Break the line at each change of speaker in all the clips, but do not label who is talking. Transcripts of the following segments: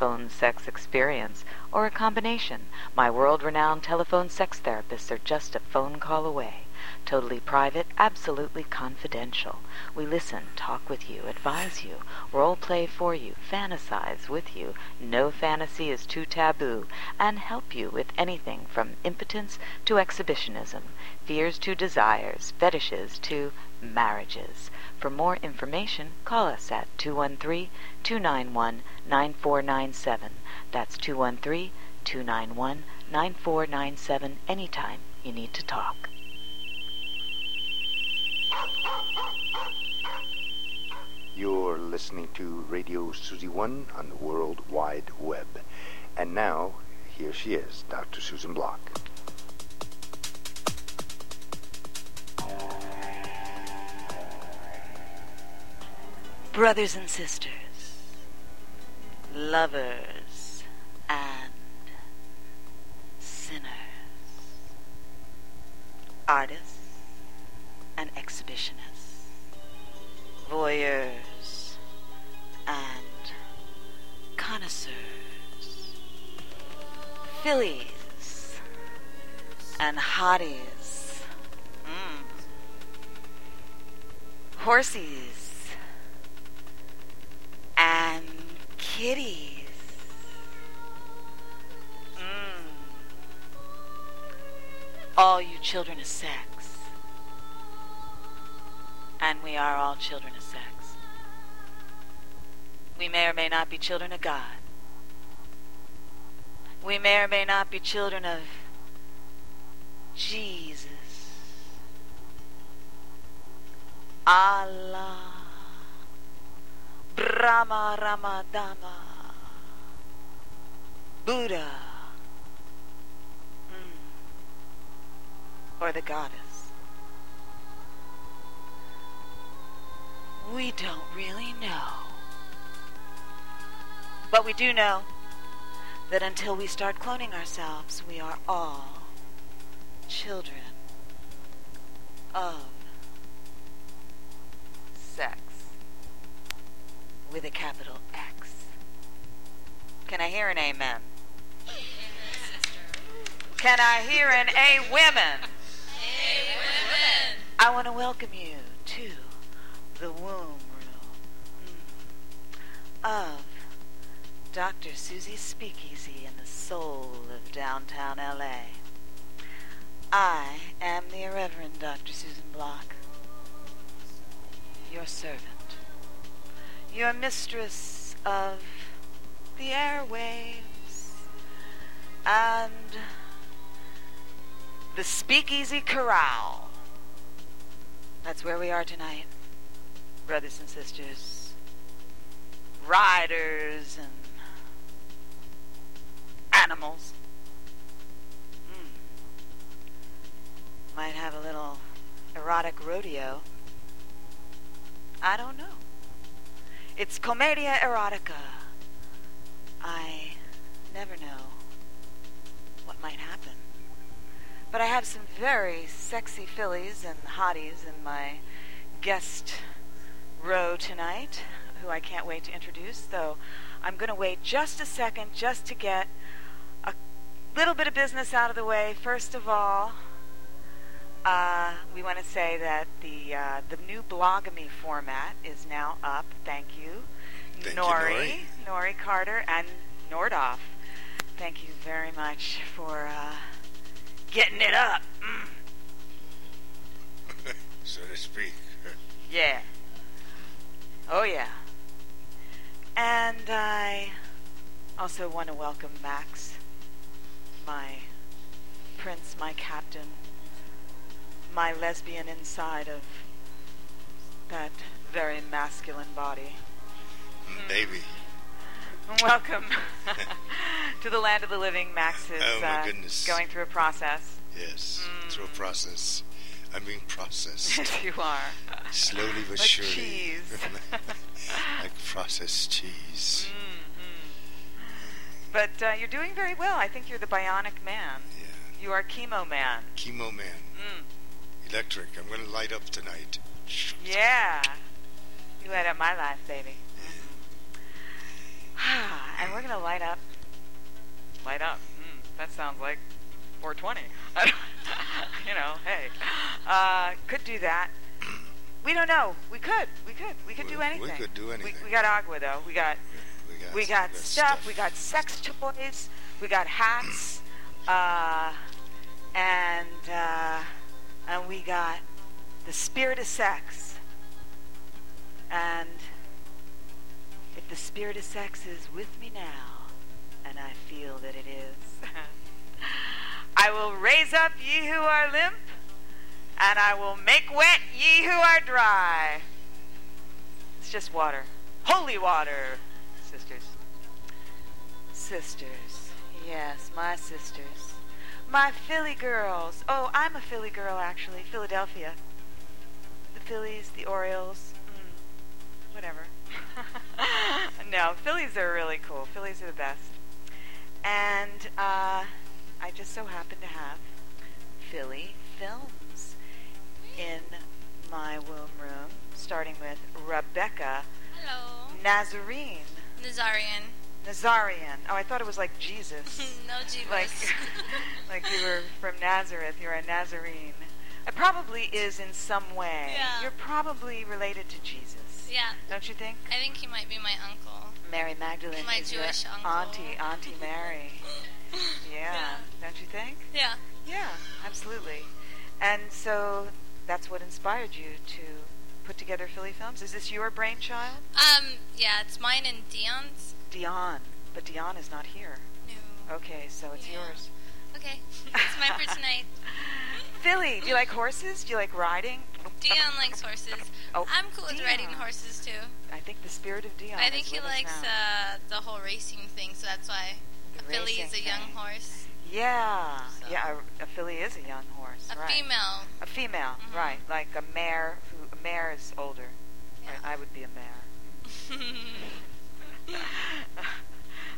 phone sex experience or a combination, my world renowned telephone sex therapists are just a phone call away. Totally private, absolutely confidential. We listen, talk with you, advise you, role play for you, fantasize with you. No fantasy is too taboo, and help you with anything from impotence to exhibitionism, fears to desires, fetishes to marriages. For more information, call us at 213 291 9497. That's 213 291 9497 anytime you need to talk.
You're listening to Radio Susie One on the World Wide Web. And now, here she is, Dr. Susan Block.
Brothers and sisters, lovers and sinners, artists and exhibitionists, voyeurs and connoisseurs, fillies and hotties, mm. horsies and kitties. Mm. All you children of sex. And we are all children of sex. We may or may not be children of God. We may or may not be children of Jesus, Allah, Brahma Ramadama, Buddha, mm, or the goddess. We don't really know. But we do know that until we start cloning ourselves, we are all children of sex with a capital X. Can I hear an amen? Can I hear an a women? I want to welcome you to the womb room mm, of Dr. Susie Speakeasy in the soul of downtown LA. I am the Irreverend Dr. Susan Block, your servant, your mistress of the airwaves, and the Speakeasy Corral. That's where we are tonight, brothers and sisters, riders and animals. Mm. Might have a little erotic rodeo. I don't know. It's Commedia Erotica. I never know what might happen. But I have some very sexy fillies and hotties in my guest row tonight, who I can't wait to introduce. Though I'm going to wait just a second just to get a little bit of business out of the way. First of all, uh, we want to say that the uh, the new blogamy format is now up. Thank you,
Thank you,
Nori, Nori Carter, and Nordoff. Thank you very much for uh, getting it up. Mm.
so to speak. Hmm.
Yeah. Oh, yeah. And I also want to welcome Max, my prince, my captain, my lesbian inside of that very masculine body.
Baby.
Welcome to the land of the living. Max is
Oh, my
uh,
Oh,
goodness.
going through a process.
Yes,
Hmm.
through a process. I mean processed.
you are.
Slowly but
Like
surely.
cheese.
like processed cheese.
But uh, you're doing very well. I think you're the bionic man.
Yeah.
You are chemo man.
Chemo man.
Hmm.
Electric. I'm going to light up tonight.
Yeah. You light up my life, baby. and we're going to light up. Light up. Mm, that sounds like 420. I don't- you know, hey. Uh, could do that. We don't know. We could. We could. We could do
We- we
anything.
could do anything.
We, we got agua, though. We got
We got,
we got stuff, we got sex toys, we got hats, uh, and uh, and we got the spirit of sex. And if the spirit of sex is with me now, and I feel that it is, I will raise up ye who are limp, and I will make wet ye who are dry. It's just water. Holy water, sisters. Sisters. Yes, my sisters. My Philly girls. Oh, I'm a Philly girl, actually. Philadelphia. The Phillies, the Orioles. Mm, whatever. no, Phillies are really cool. Phillies are the best. And uh, I just so happen to have Philly Films in my womb room, starting with Rebecca
Hello.
Nazarene.
Nazarian.
Nazarian. Oh, I thought it was like Jesus.
no Jeebus.
like, like you were from Nazareth. You're a Nazarene. It probably is in some way.
Yeah.
You're probably related to Jesus.
Yeah,
Don't you think?
I think he might be my uncle.
Mary Magdalene
My
is your
Jewish uncle.
auntie, Auntie Mary. yeah.
Yeah.
Don't you think?
Yeah.
Yeah, absolutely. And so that's what inspired you to put together Philly Films. Is this your brainchild?
Um. Yeah, it's mine and Dion's.
Dion. But Dion is not here.
No.
Okay, so it's
Yeah.
yours.
Okay. That's mine for tonight.
Philly, do you like horses? Do you like riding?
Dion likes horses.
Oh,
I'm cool with riding
Dion.
horses too.
I think the spirit of Dion.
I think
is
he
with us
likes
now.
uh, the whole racing thing, so that's why
The
a filly
racing
is a young
thing.
horse.
Yeah,
So-
yeah. A, a filly is a young horse,
A
right?
female.
A female,
Mhm.
right? Like a mare. Who a mare is older. Right,
Yeah.
I would be a mare.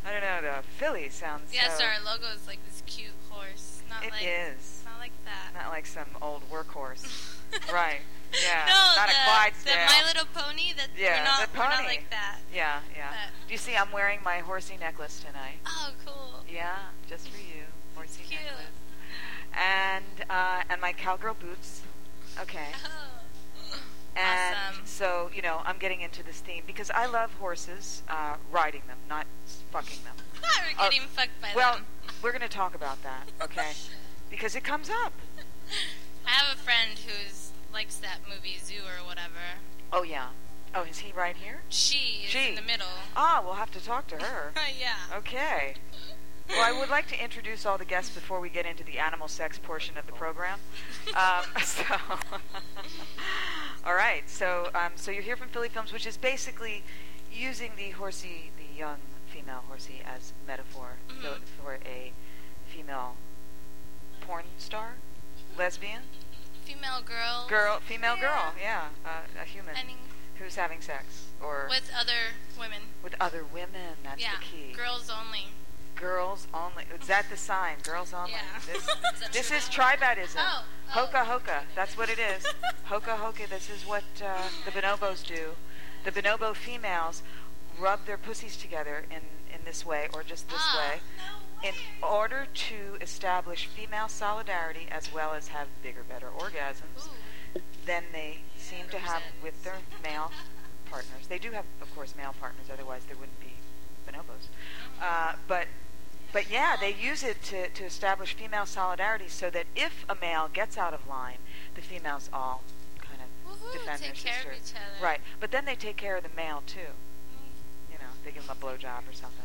I don't know. The filly sounds.
yeah.
so,
So our logo is like this cute horse. Not
It
like.
is.
Not like that.
Not like some old workhorse. right. Yeah.
No,
not
the,
a
the
Clydesdale.
My Little Pony. That
Yeah,
we're not,
the
we're not
pony.
like that.
yeah, yeah.
But-
Do you see? I'm wearing my horsey necklace tonight.
Oh, cool.
Yeah, just for you. Horsey
Cute.
necklace. and uh, and my cowgirl boots. Okay.
Oh.
And
awesome.
so you know, I'm getting into this theme because I love horses, uh, riding them, not s- fucking them.
we're
uh,
getting fucked by
Well,
them.
we're going to talk about that, okay? Because it comes up.
I have a friend who's likes that movie Zoo or whatever.
Oh yeah. Oh, is he right here?
She is
She.
in the middle. Oh,
Ah, we'll have to talk to her.
yeah.
Okay. Well, I would like to introduce all the guests before we get into the animal sex portion of the program. Um, so, all right. So, um, so you're here from Philly Films, which is basically using the horsey, the young female horsey, as metaphor
Mhm.
for, for a female porn star, lesbian
Female girl.
girl, female girl,
Oh, Yeah.
yeah, uh, a human
I mean,
who's having sex or
with other women.
with other women. That's
yeah.
the key.
Girls only.
Girls only. Is that the sign? Girls only.
Yeah.
This,
Is that
this
true?
is tribadism.
Oh, oh.
Hoka hoka. That's what it is. hoka hoka. This is what uh, the bonobos do. The bonobo females rub their pussies together in, in this way or just this
Ah.
way in order to establish female solidarity as well as have bigger, better orgasms
Ooh.
than they seem to have with their male partners. They do have, of course, male partners. Otherwise, there wouldn't be bonobos. Uh, but but yeah, they use it to, to establish female solidarity, so that if a male gets out of line, the females all kind of
Woohoo,
defend
take
their
care
sister.
of each other.
Right. But then they take care of the male too. You know, they give him a blowjob or something.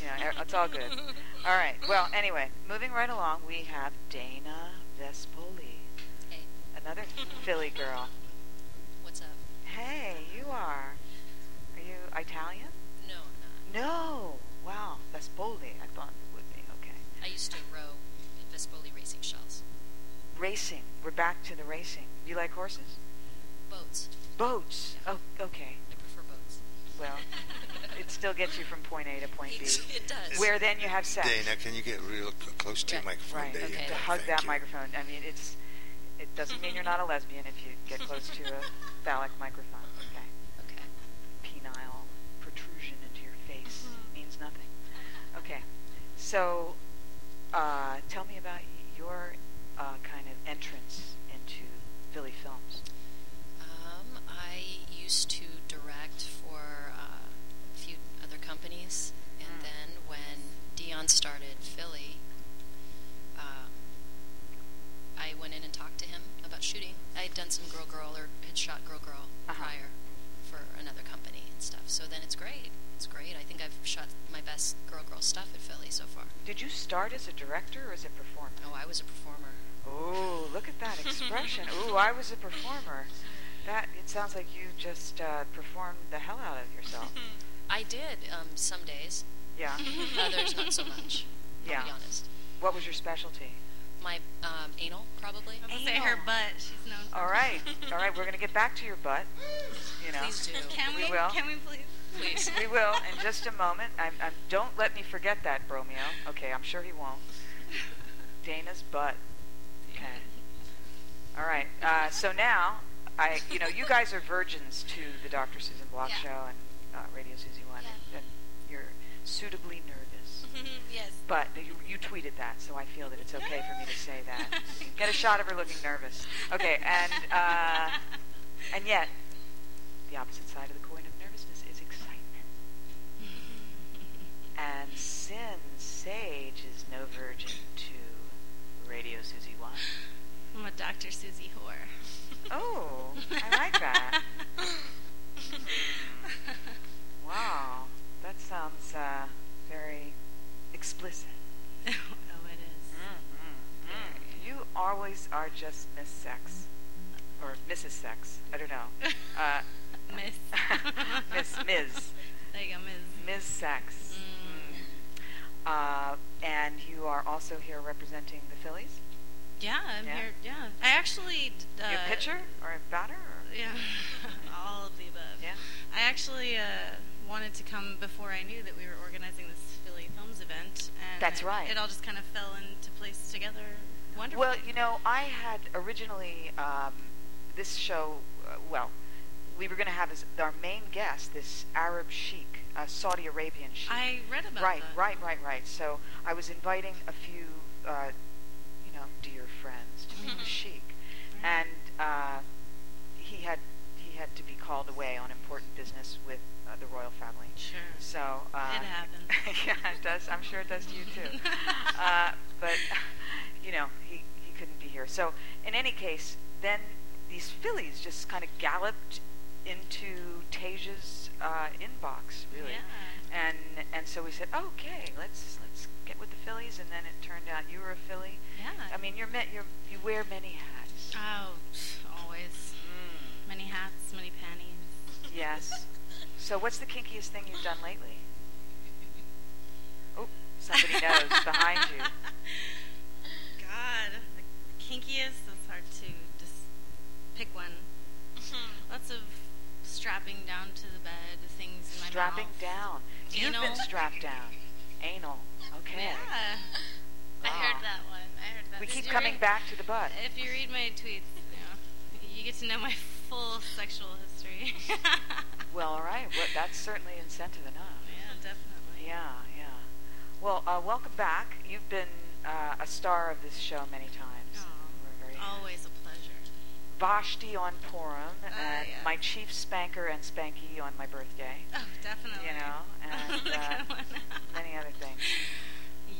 You know, er- it's all good. All right. Well, anyway, moving right along, we have Dana Vespoli,
Hey,
another Philly girl.
what's up?
Hey, you are. Are you Italian?
No, I'm
No. Wow, Vespoli. I thought it would be. Okay.
not. I used to row in Vespoli racing shells.
Racing. We're back to the racing. You like horses?
Boats.
Boats. Oh, okay.
I prefer boats.
Well, it still gets you from point A to point B.
It, it does.
Where then you have sex.
Dana, can you get real cl- close to your
Right,
microphone?
Right.
There you
okay.
go.
To hug
Thank
that
you.
microphone. I mean, it's it doesn't mean you're not a lesbian if you get close to a phallic microphone. Okay.
Okay.
Penile protrusion into your face
Mm-hmm.
means nothing. Okay. So, uh, tell me about your uh, kind of entrance into Philly films.
Um, I used to direct for uh, a few other companies, and
Mm.
then when Dion started Philly, um, I went in and talked to him about shooting. I had done some Girl Girl or had shot Girl Girl
Uh-huh.
prior for another company and stuff. So then it's great. It's great. I think I've shot my best Girl Girl stuff at Philly so far.
Did you start as a director or as a performer?
Oh, I was a performer.
Ooh, look at that expression. Ooh, I was a performer. That it sounds like you just uh, performed the hell out of yourself.
I did um, some days,
Yeah.
others not so much.
Yeah.
I'll be honest.
What was your specialty?
My um, anal, probably.
I'll say her butt. She's known. for
All right, all right. We're gonna get back to your butt. You know,
Please do.
Can
We
we?
will.
Can we please?
Please.
we will in just a moment. I'm, I'm, don't let me forget that, Bromeo. Okay, I'm sure he won't. Dana's butt. Okay. All right. Uh, so now, I, you know, you guys are virgins to the Dr. Susan Block
Yeah.
show and uh, Radio Susie One, and,
Yeah.
and you're suitably nervous.
yes.
But you, you tweeted that, so I feel that it's okay for me to say that. Get a shot of her looking nervous. Okay, and uh, and yet, the opposite side of the coin of nervousness is excitement. And Sin Sage is no virgin to Radio Susie One.
I'm a Dr. Susie whore.
Oh, I like that. Wow, that sounds uh, very explicit.
oh, it is.
Mm, mm. You always are just Miss Sex. Or Mrs. Sex. I don't know. Uh,
Miss.
Miss, Ms.
There you go, Ms.
Ms. Sex. Mm. Uh, and you are also here representing the Phillies?
Yeah, I'm
Yeah.
here. Yeah. I actually. d- Uh,
Your pitcher or a batter? Or?
Yeah. All of the above.
Yeah.
I actually uh, wanted to come before I knew that we were organizing this Philly Films event. And
That's
it-
right.
It all just kind of fell into place together. Wonderful.
Well, you know, I had originally um, this show. Uh, well, we were going to have as our main guest this Arab sheik, a Saudi Arabian sheik.
I read about
right,
that.
right, right, right. So I was inviting a few, uh, you know, dear friends to meet the sheik,
Mm-hmm.
and uh, he had he had to be called away on important business with uh, the royal family.
Sure.
So uh,
It happens.
yeah, it does. I'm sure it does to you too. uh, but you know, he he couldn't be here. So in any case, then these fillies just kind of galloped into Tasia's uh, inbox, really.
Yeah.
And and so we said, okay, let's let's get with the fillies. And then it turned out you were a filly.
Yeah.
I mean, you're met. You're you wear many hats.
Oh, always.
Mm.
Many hats, many panties.
Yes. So what's the kinkiest thing you've done lately? Oh, somebody knows behind you.
God, the kinkiest. It's hard to just pick one.
Mm-hmm.
Lots of strapping down to the bed, things in my
Strapping
mouth.
down. You've been
Anal.
strapped down. Anal. Okay.
Yeah. I
Wow.
heard that one. I heard that.
We
Did
keep
you
coming
read-
back to the butt.
If you read my tweets, you, know, you get to know my full sexual history.
Well, all right. Well, that's certainly incentive enough.
yeah, definitely.
Yeah, yeah. Well, uh, welcome back. You've been uh, a star of this show many times.
Aw,
We're very
always a pleasure.
Vashti on Purim, and
Oh, yeah.
my chief spanker and Spanky on my birthday.
Oh, definitely.
You know, and,
Look
uh,
at one.
many other things.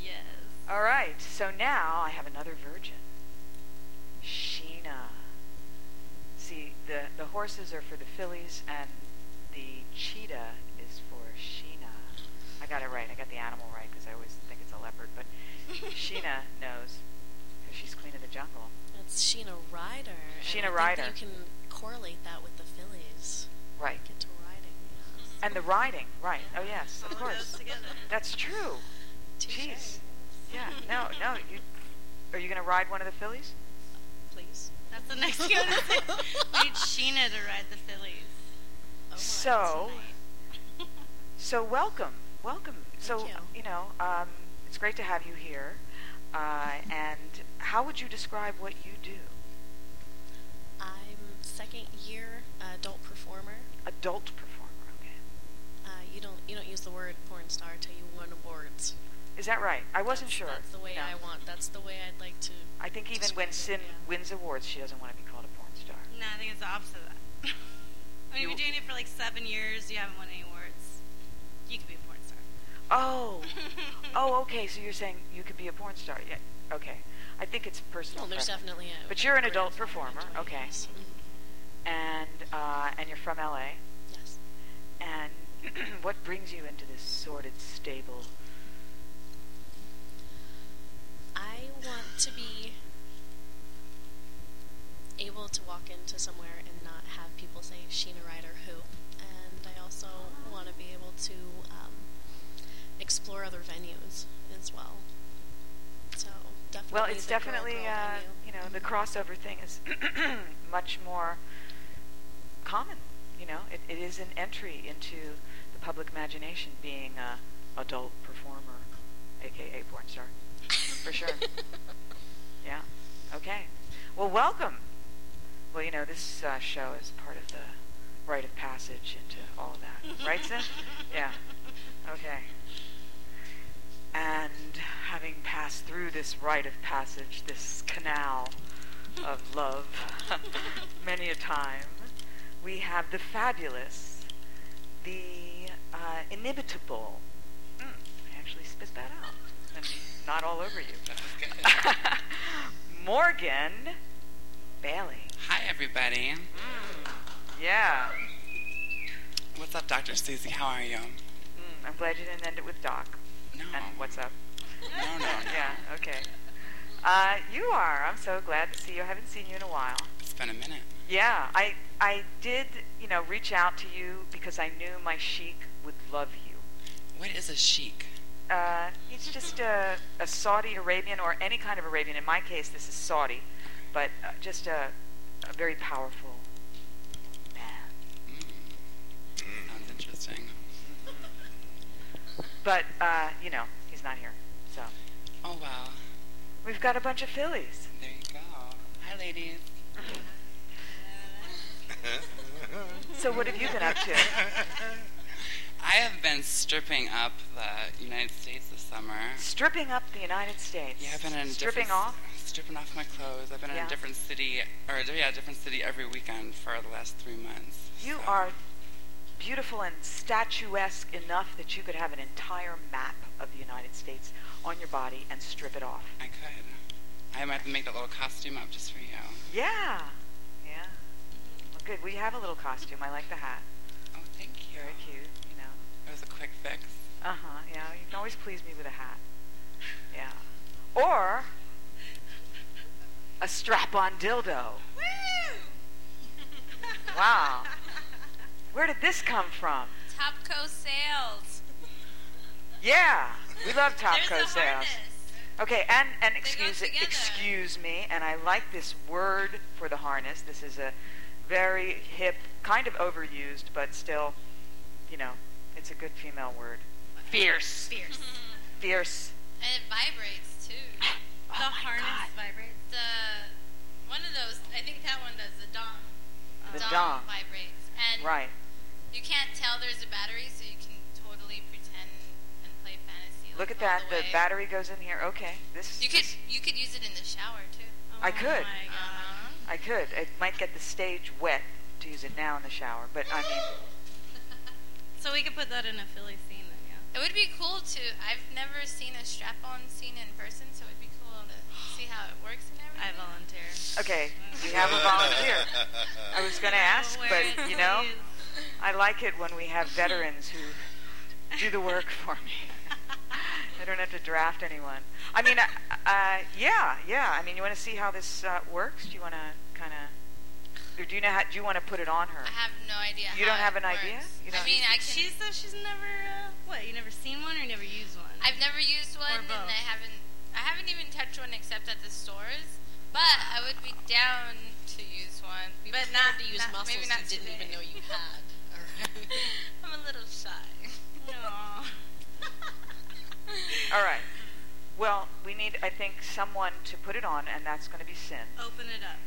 Yes.
All right, so now I have another virgin, Sheena. See, the the horses are for the fillies, and the cheetah is for Sheena. I got it right. I got the animal right because I always think it's a leopard, but Sheena knows because she's queen of the jungle.
That's Sheena Ryder. and
Sheena
I
Ryder.
think that you can correlate that with the Phillies.
Right.
Get to riding. Yeah.
And the riding, right? Oh yes,
All
of course.
those together.
That's true.
Touche.
Jeez. Yeah. No, no. You, are you going to ride one of the fillies?
Phillies.
That's the next one. I need Sheena to ride the Phillies.
Oh, my.
So,
tonight.
so welcome, welcome. So
Thank you.
you know, um, it's great to have you here. Uh,
Mm-hmm.
and how would you describe what you do?
I'm second year uh, adult performer.
Adult performer. Okay,
Uh, you don't you don't use the word porn star till you win awards.
is that right? I wasn't
That's-
sure.
That's the way
No.
I want. That's the way I'd like to.
I think even when
describe
Sin
it, yeah.
wins awards, she doesn't want to be called a porn star.
No, I think it's the opposite of that. I mean,
You-
you've been doing it for like seven years. You haven't won any awards. You could be a porn star.
Oh, oh, okay. So you're saying you could be a porn star? Yeah. Okay. I think it's personal.
Well, there's
preference.
definitely a.
But you're an
career
adult
path I
performer,
enjoy,
okay.
Yes. Mhm.
And uh, and you're from LA.
Yes.
And what brings you into this sordid stable?
I want to be able to walk into somewhere and not have people say Sheena Ryder who, and I also want to be able to um, explore other venues as well. So definitely,
Well, it's
the girl
definitely
girl
uh,
venue.
you know the crossover thing is much more common. You know, it, it is an entry into the public imagination being a adult performer, aka porn star, for sure. yeah. Okay. Well, welcome. Well, you know this uh, show is part of the rite of passage into all of that, right, Sid? yeah. Okay. And having passed through this rite of passage, this canal of love, many a time, we have the fabulous, the uh, inimitable. Mm, I actually spit that out. And not all over you. Morgan Bailey.
Hi, everybody.
Yeah.
What's up, Dr. Susie? How are you?
Mm, I'm glad you didn't end it with Doc.
No.
And what's up?
No, no, no.
Yeah, okay. Uh, you are. I'm so glad to see you. I haven't seen you in a while.
It's been a minute.
Yeah, I I did, you know, reach out to you because I knew my chic would love you.
What is a chic?
Uh, it's just a, a Saudi Arabian or any kind of Arabian. In my case, this is Saudi, but uh, just a, a very powerful man.
Sounds interesting.
But uh, you know, he's not here, so
Oh, wow.
we've got a bunch of fillies.
There you go. Hi, ladies.
So what have you been up to?
I have been stripping up the United States this summer.
Stripping up the United States.
Yeah, I've been in a
stripping
different,
off.
stripping off my clothes. I've been in
Yeah.
a different city, or yeah, a different city every weekend for the last three months.
You
So-
are beautiful and statuesque enough that you could have an entire map of the United States on your body and strip it off.
I could. I might have to make that little costume up just for you.
Yeah. Yeah. Well, good. We have a little costume. I like the hat.
Oh, thank you.
Very cute, you know.
It was a quick fix.
Uh huh. Yeah. You can always please me with a hat. Yeah. Or a strap on dildo. Wow. Where did this come from?
Topco sales.
Yeah. We love Topco
There's a
sales.
harness.
Okay, and, and excuse
together.
excuse me, and I like this word for the harness. This is a very hip, kind of overused, but still, you know, it's a good female word. Fierce.
Fierce.
Fierce.
And it vibrates too. The
Oh my
harness
God.
vibrates. The one of those. I think that one does the dong.
The dong.
vibrates, and
Right.
you can't tell there's a battery, so you can totally pretend and play fantasy.
Look
like,
at
all
that.
The,
The
way.
battery goes in here. Okay. This.
You could
this-
you could use it in the shower too. Oh
I could.
my God.
I could. It might get the stage wet to use it now in the shower, but I mean,
So we could put that in a Philly scene then, yeah.
It would be cool to. I've never seen a strap-on scene in person, so it'd be cool to see how it works and everything.
I volunteer.
okay, we have a volunteer. I was going to ask, but you know, I like it when we have veterans who do the work for me. I don't have to draft anyone. I mean, uh, uh, yeah, yeah. I mean, you want to see how this uh, works? Do you want to kind of, or do you know how? Do you want to put it on her?
I have no idea.
You
how
don't have an
it
idea?
works.
You don't-
I mean, I can.
She says she's never uh, what? You never seen one or you never used one?
I've never used one,
both.
and I haven't. I haven't even touched one except at the stores. But I would be down to use one.
We
but
prefer
not
to use
not,
muscles
maybe
you
not
didn't
today.
even know you had. All right.
I'm a little shy.
No.
All right. Well, we need, I think, someone to put it on, and that's going to be Sin.
Open it up.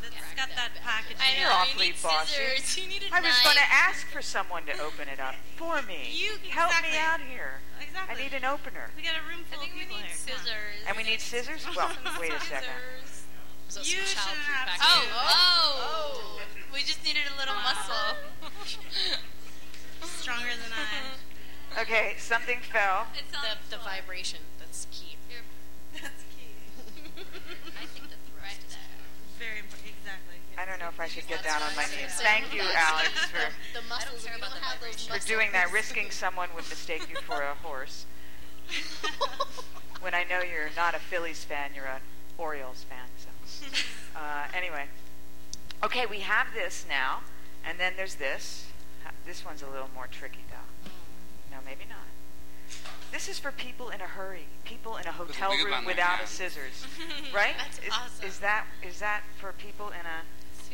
That's
Crack
got
that
that
back.
package.
I
You're
know.
awfully
you need
bossy.
scissors. You need a
I was
knife.
going to ask for someone to open it up for me.
You-
help me
exactly.
out here. I
Exactly.
need an opener.
We got a room
I
full of
think we
people
need
here. Come on.
scissors.
And we need scissors. Well, wait a second.
Scissors.
Was that
You
some child
should
food
have
back
Oh,
Yeah.
oh, We just needed a little muscle.
Stronger than I.
Okay, something fell.
It's on
The, the vibration, that's key.
Your,
That's key.
I think the
right there.
Very important. Exactly.
I don't know if I should get down on my knees.
That's
Thank you, Alex, for,
The muscles,
care
if you
about
don't
the
have those
vibration.
muscles.
for doing that. Risking someone would mistake you for a horse. When I know you're not a Phillies fan, you're an Orioles fan. So. Uh, anyway. Okay, we have this now. And then there's this. Ha- This one's a little more tricky, though. No, maybe not. This is for people in a hurry. People in a
a
hotel
lube
room
on their
without a
hand.
scissors. Right?
That's
is,
awesome.
is that is that for people in a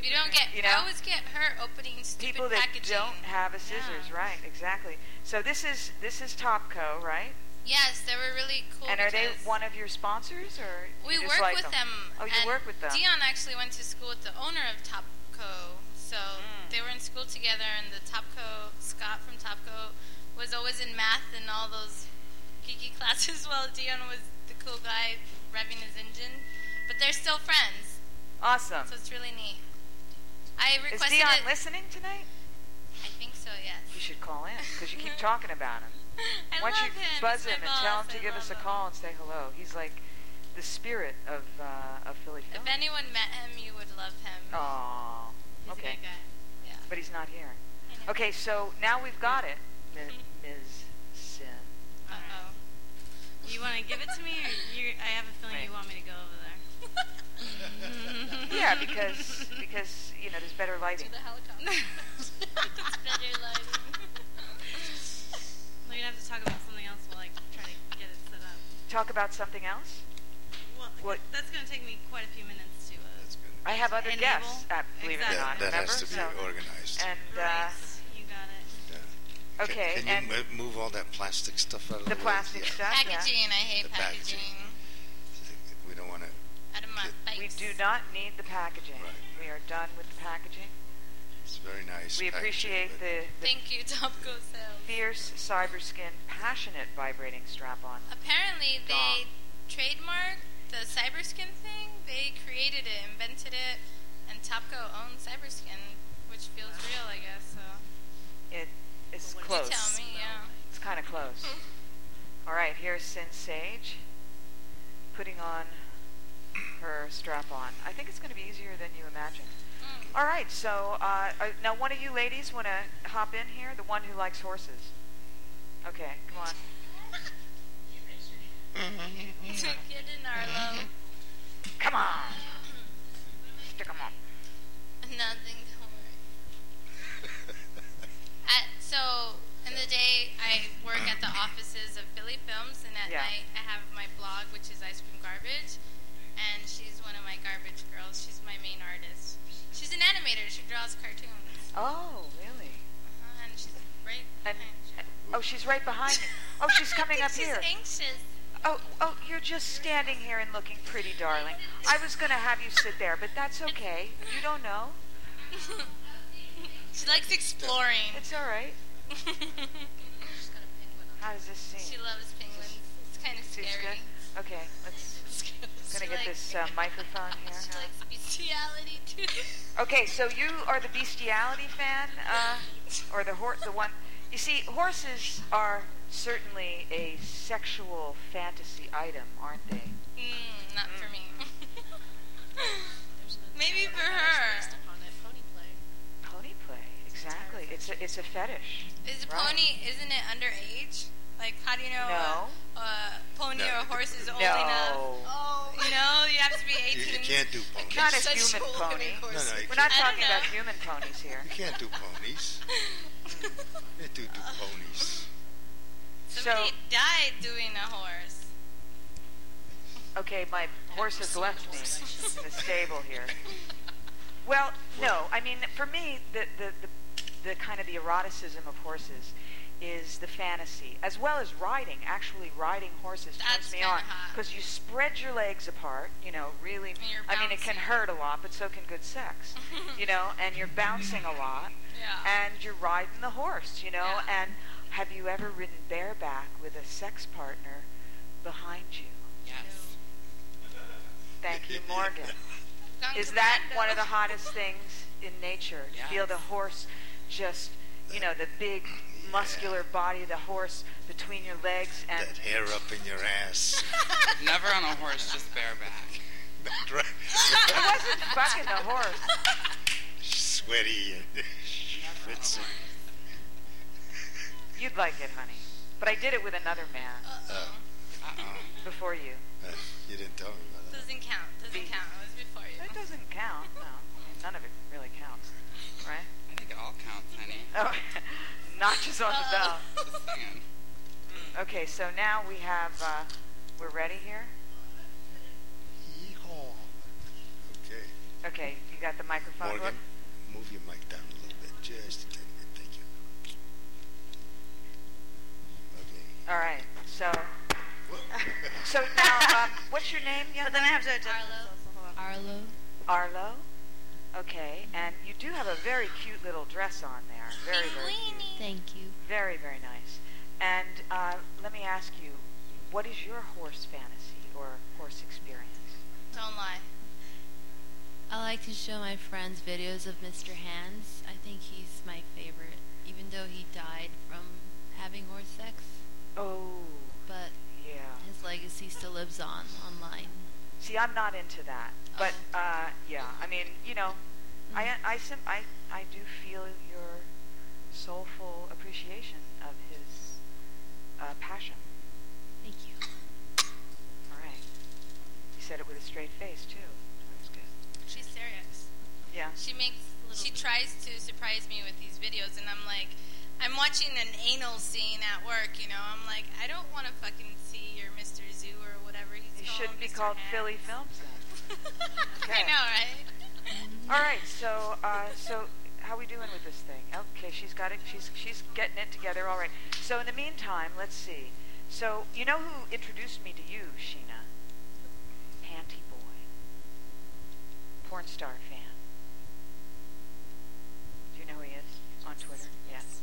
You don't get.
You
I
know?
always get hurt opening stupid
people that
packaging.
don't have a scissors,
Yeah.
right? Exactly. So this is this is Topco, right?
Yes, they were really cool.
and are they
because
one of your sponsors, or
We
you just
work
like
with them.
Oh, you
and
work with them.
Dion actually went to school with the owner of Topco, so
Hmm.
they were in school together. And the Topco Scott from Topco was always in math and all those geeky classes, while Dion was the cool guy revving his engine. But they're still friends,
awesome.
so it's really neat. I
Is
requested
Dion
it.
listening tonight?
I think so.
You
Yes.
should call in because you keep talking about him.
I
Why don't
love
you
him.
buzz
He's my
him and tell
boss.
him to
I
give us a
love him.
call and say hello? He's like the spirit of uh, of Philly
If
film.
anyone met him, you would love him.
Aw,
He's a
Oh, okay,
good guy. Yeah.
but he's not here.
I know.
Okay, so now we've got it, Mi- Ms. Sin.
Uh oh.
You want to give it to me, or you, I have a feeling
Right.
you want me to go over there.
Yeah, because because you know there's better lighting.
it's better lighting.
We're gonna have to talk about something else while I try to get it set up.
Talk about something else.
Well,
What-
that's gonna take me quite a few minutes to. Uh,
That's good.
I have other
Enable.
guests, uh, believe it
Exactly.
Yeah,
or not.
that
remember?
has to be
So-
organized.
and
right.
uh,
You got it.
Yeah. Can-
okay,
Can,
and
you mo- move all that plastic stuff out of the,
the
way?
plastic
Yeah.
stuff. yeah.
Packaging, I hate
The
packaging.
packaging. We don't want to.
Out of my face.
We do not need the packaging.
Right.
We are done with the packaging.
It's very nice.
We
packaging,
appreciate
but
the, the
Thank you, Topco Sales.
fierce cyber skin, passionate vibrating strap on.
Apparently, they
Dog.
trademarked the Cyberskin thing. They created it, invented it, and Topco owns Cyberskin, which feels real, I guess. So
It is
you
close.
tell me, yeah. Mm-hmm.
It's kind of close. All right, here's Sin Sage putting on her strap on. I think it's going to be easier than you imagine.
Mm.
All right, so uh, uh, now one of you ladies want to hop in here? The one who likes horses. Okay, come on.
Get in, Arlo.
Come on! Stick 'em up.
Nothing to worry. At, so in the day, I work at the offices of Philly Films, and at
Yeah.
night, I have my blog, which is Ice Cream Garbage, and she's one of my garbage girls. She's my main artist. She's an animator. She draws cartoons,
Oh, really?
uh-huh, and she's right
And-
behind you.
Oh, she's right behind me. Oh, she's coming
I
up
think
here.
She's anxious.
Oh, oh, you're just standing here and looking pretty, darling. I was going to have you sit there, but that's okay. You don't know.
She likes exploring.
It's all right.
She's got a penguin on
How does this
she
seem?
loves penguins. It's kind of
Seems good?
scary.
Okay, let's.
this
I'm gonna get this uh, microphone here.
She likes bestiality too.
Okay, so you are the bestiality fan, uh, or the hor- the one. You see, horses are certainly a sexual fantasy item, aren't they?
Mm, not for me.
There's no-
Maybe for
Another
her.
based upon it, pony play.
Pony play, exactly. It's a it's a fetish.
Is a
Right.
pony? Isn't it underage? Like, how do you know
No.
a, a pony
No.
or a horse is old
No.
enough?
Oh,
You know, you have to be
You,
18.
you can't do ponies.
Not a
Such
human
old
pony.
horses.
No, no, you
We're not
I don't
talking about
know.
human ponies here.
You can't do ponies. You do do ponies.
So
Somebody died doing a horse.
Okay, my horse has left me in the stable here. Well, no, I mean, for me, the, the, the, the kind of the eroticism of horses is the fantasy, as well as riding. Actually, riding horses turns
That's
me
kinda
on
hot.
because you spread your legs apart. You know, really.
And you're
I mean, it can
bouncing.
hurt a lot, but so can good sex. you know, and you're bouncing a lot,
Yeah.
and you're riding the horse. You know,
Yeah.
and have you ever ridden bareback with a sex partner behind you?
Yes.
Thank you, Morgan.
Gone
Is that
commando.
one of the hottest things in nature? To Feel the
Yes.
horse just, you know, the big muscular body of the horse between your legs and
That hair up in your ass.
Never on a horse, just bareback.
That dry,
it wasn't fucking the horse.
sweaty uh, and schwitzing.
You'd like it, honey. But I did it with another man
Uh,
Oh,
Uh-oh.
before you.
uh, you didn't tell me about that.
Doesn't count. Doesn't count. It was before you.
It doesn't count. No, I mean, none of it really counts, right?
I think it all counts, honey.
Oh, notches on
Uh.
the bell.
Just saying.
Okay, so now we have. Uh, we're ready here.
Yeehaw. Okay.
Okay, you got the microphone.
Morgan, move your mic down a little bit. Just a tad bit. Thank you. Okay.
All right. So,
Whoa.
so now, um, what's your name, young
But then I have to adjust
Arlo.
this also. Hold on.
Arlo.
Arlo. Okay, and you do have a very cute little dress on there. Very, very, cute.
Linguini.
Thank you.
very, very nice. And uh, let me ask you, what is your horse fantasy or horse experience?
Don't lie.
I like to show my friends videos of Mr. Hands. I think he's my favorite, even though he died from having horse sex.
Oh,
But
yeah.
his legacy still lives on online.
See, I'm not into that, but uh, yeah. I mean, you know,
Mm.
I, I, sim- I, I do feel your soulful appreciation of his uh, passion.
Thank you.
All right. You said it with a straight face too. That was good.
She's serious.
Yeah.
She makes. She tries to surprise me with these videos, and I'm like, I'm watching an anal scene at work. You know, I'm like, I don't want to fucking see your Mr. Zoo or whatever he's
It
called.
shouldn't be
Mr.
called
Hands.
Philly Films then. Okay.
I know, right?
All right. So, uh, so how we doing with this thing? Okay, she's got it. She's she's getting it together. All right. So in the meantime, let's see. So you know who introduced me to you, Sheena? Panty Boy, porn star fan. Do you know who he is on Twitter? Yes.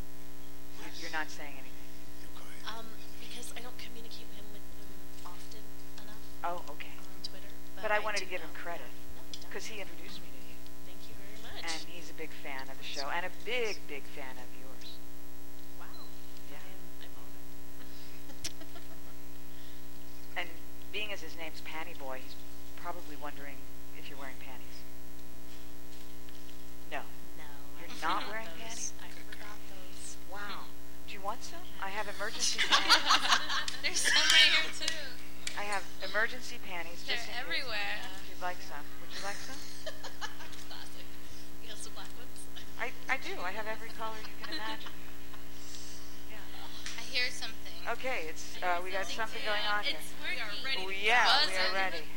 You're not saying anything.
Um, because I don't communicate with him, with him often enough
Oh, okay.
on Twitter. But,
But I wanted to
do
give him
know-
credit,
No, don't.
Because he introduced me to you.
Thank you very much.
and he's a big fan of the show and a big, big fan of yours.
wow.
Yeah.
I'm, I'm honored.
And being as his name's Panty Boy, he's probably wondering if you're wearing panties. No.
no. I
You're
forgot
not wearing
those.
panties?
I forgot those.
Wow. Do you want some? I have emergency panties.
There's some right here too.
I have emergency panties.
They're
just in case.
everywhere.
If you'd like some, would you like some?
Classic. You got some black ones?
I, I do. I have every color you can imagine. Yeah.
I hear something.
Okay, it's uh, we got something going on here.
It's working.
Oh, yeah, we are ready.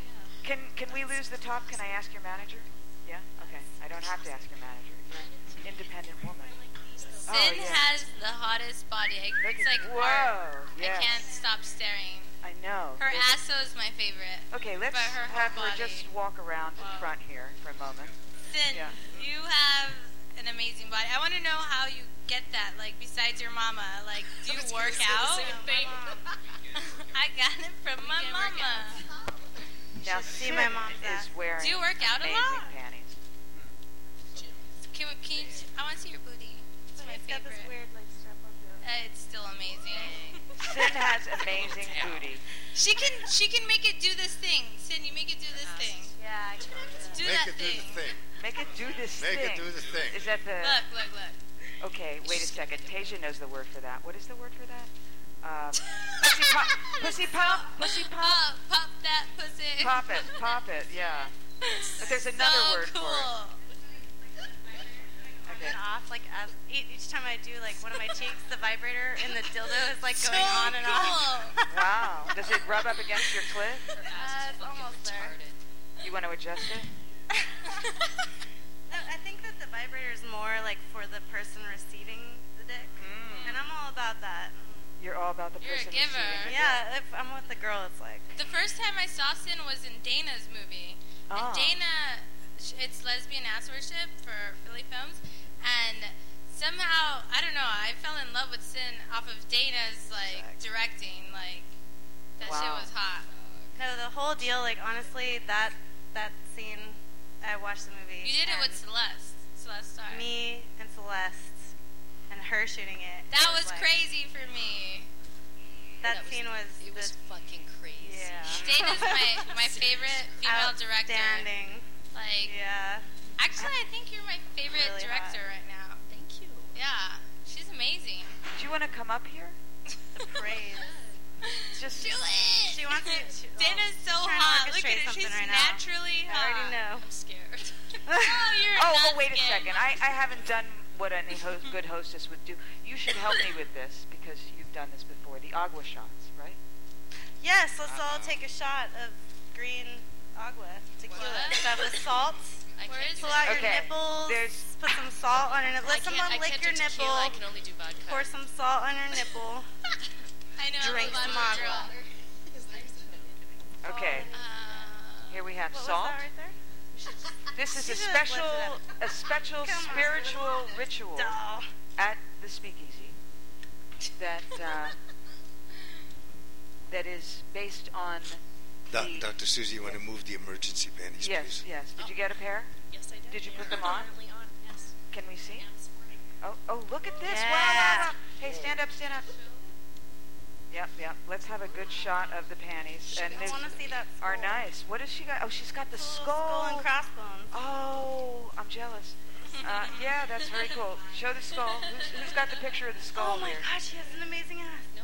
Can can we lose the top? Can I ask your manager? Yeah. Okay. I don't have to ask your manager. You're an independent woman. Oh,
Sin
yeah.
has the hottest body. I-
Look
It's
at-
like art.
whoa. Oh,
I
yes.
can't stop staring.
I know.
Her
It's-
asso is my favorite.
Okay, let's
but her whole
have her
body.
just walk around in
Wow.
front here for a moment.
Sin,
Yeah.
you have an amazing body. I want to know how you get that. Like besides your mama, like do you work out? I got it from my mama.
Now,
should see
Sid
my mom's
is
ass.
wearing
Do you work out a
amazing
lot?
panties.
Can, we- can you, I want to see your booty. It's my
It's got this
favorite.
weird like strap on to it.
Uh, it's still amazing.
Sid has amazing
Yeah.
booty.
She can she can make it do this thing. Sin, you make it do this thing.
Yeah, I can do that.
Do
Make
that
it do
thing.
the thing.
Make it do this
Make
thing.
it do the thing.
Is that the?
Look, look, look.
Okay, wait a second. Tasia knows the word for that. What is the word for that? Uh, pussy pop, pussy pop, pussy pop.
Pop, pop that pussy.
Pop it, pop it, yeah. But there's another
so
word for
cool.
it.
I've been off like
um, e- each time I do like one of my cheeks, the vibrator in the dildo is like going on and on.
Wow. Does it rub up against your clit?
Uh, it's almost there.
You want to adjust it?
No, Uh, I think that the vibrator is more like for the person receiving the dick, and I'm all about that.
You're all about the
You're a
Mm. person
giver.
receiving it.
Yeah, if I'm with the girl, it's like
The first time I saw Sin was in Dana's movie.
Oh.
And Dana, sh- it's lesbian ass worship for Philly Films. And somehow, I don't know, I fell in love with Sin off of Dana's, like, directing. Like, that shit
Wow.
was hot.
no, the whole deal. Like honestly, that that scene, I watched the movie.
You did it
and
with Celeste. Celeste Star.
me and Celeste, and her shooting it.
That
it
was
like-
crazy for me.
That, scene was. It was
fucking crazy.
Yeah.
Dana's my, my favorite female director.
Outstanding.
Like,
yeah.
Actually, I think you're my favorite
Really hot.
director right now.
Thank you.
Yeah, she's amazing.
Do you want to come up here?
The praise.
Just
Do it.
She wants to. She,
Dana's so
trying to
hot. Look
orchestrate
at her.
something
She's
right now.
naturally
I
hot.
already know.
I'm scared.
Oh, you're
oh, oh,
not
wait a
scared.
second. I, I haven't done what any ho- good hostess would do. You should help me with this because you've done this before. The agua shots, right?
Yes, let's all take a shot of green agua tequila. Stuff with salt.
I
Where
can't
is
do
Pull
that.
out your
Okay,
nipples.
there's-
Put some salt on your
I
nipple. Let
can't-
someone
I
lick
can't
your
do tequila, I
nipple.
can only do vodka.
Pour some salt on your nipple.
I know.
Drink
I'm
some
about to
agua.
drink.
Okay.
Uh,
Here we have
Oh, What was
salt.
that right there?
This is
She
a
should've
special,
lifted
a special
Come on.
spiritual ritual
Duh.
at the speakeasy that uh, that is based on
Doc-
the.
Dr. Susie, you want to move the emergency panties,
Yes,
please?
yes. Did you get a pair?
Yes, I did.
Did you
They
put
are
them on?
currently on, yes.
Can we see?
Yeah, this morning.
Oh, oh, look at this! Wow,
Yeah.
Wow, wow. Hey, stand up, stand up. Yep, yep. Let's have a good shot of the panties. And
I
they
want to see that.
are
skull.
nice. What does she got? Oh, she's got the
Little
skull.
and crossbones.
Oh, I'm jealous. Uh, yeah, that's very cool. Show the skull. Who's, who's got the picture of the skull
Oh my
here?
gosh, she has an amazing ass.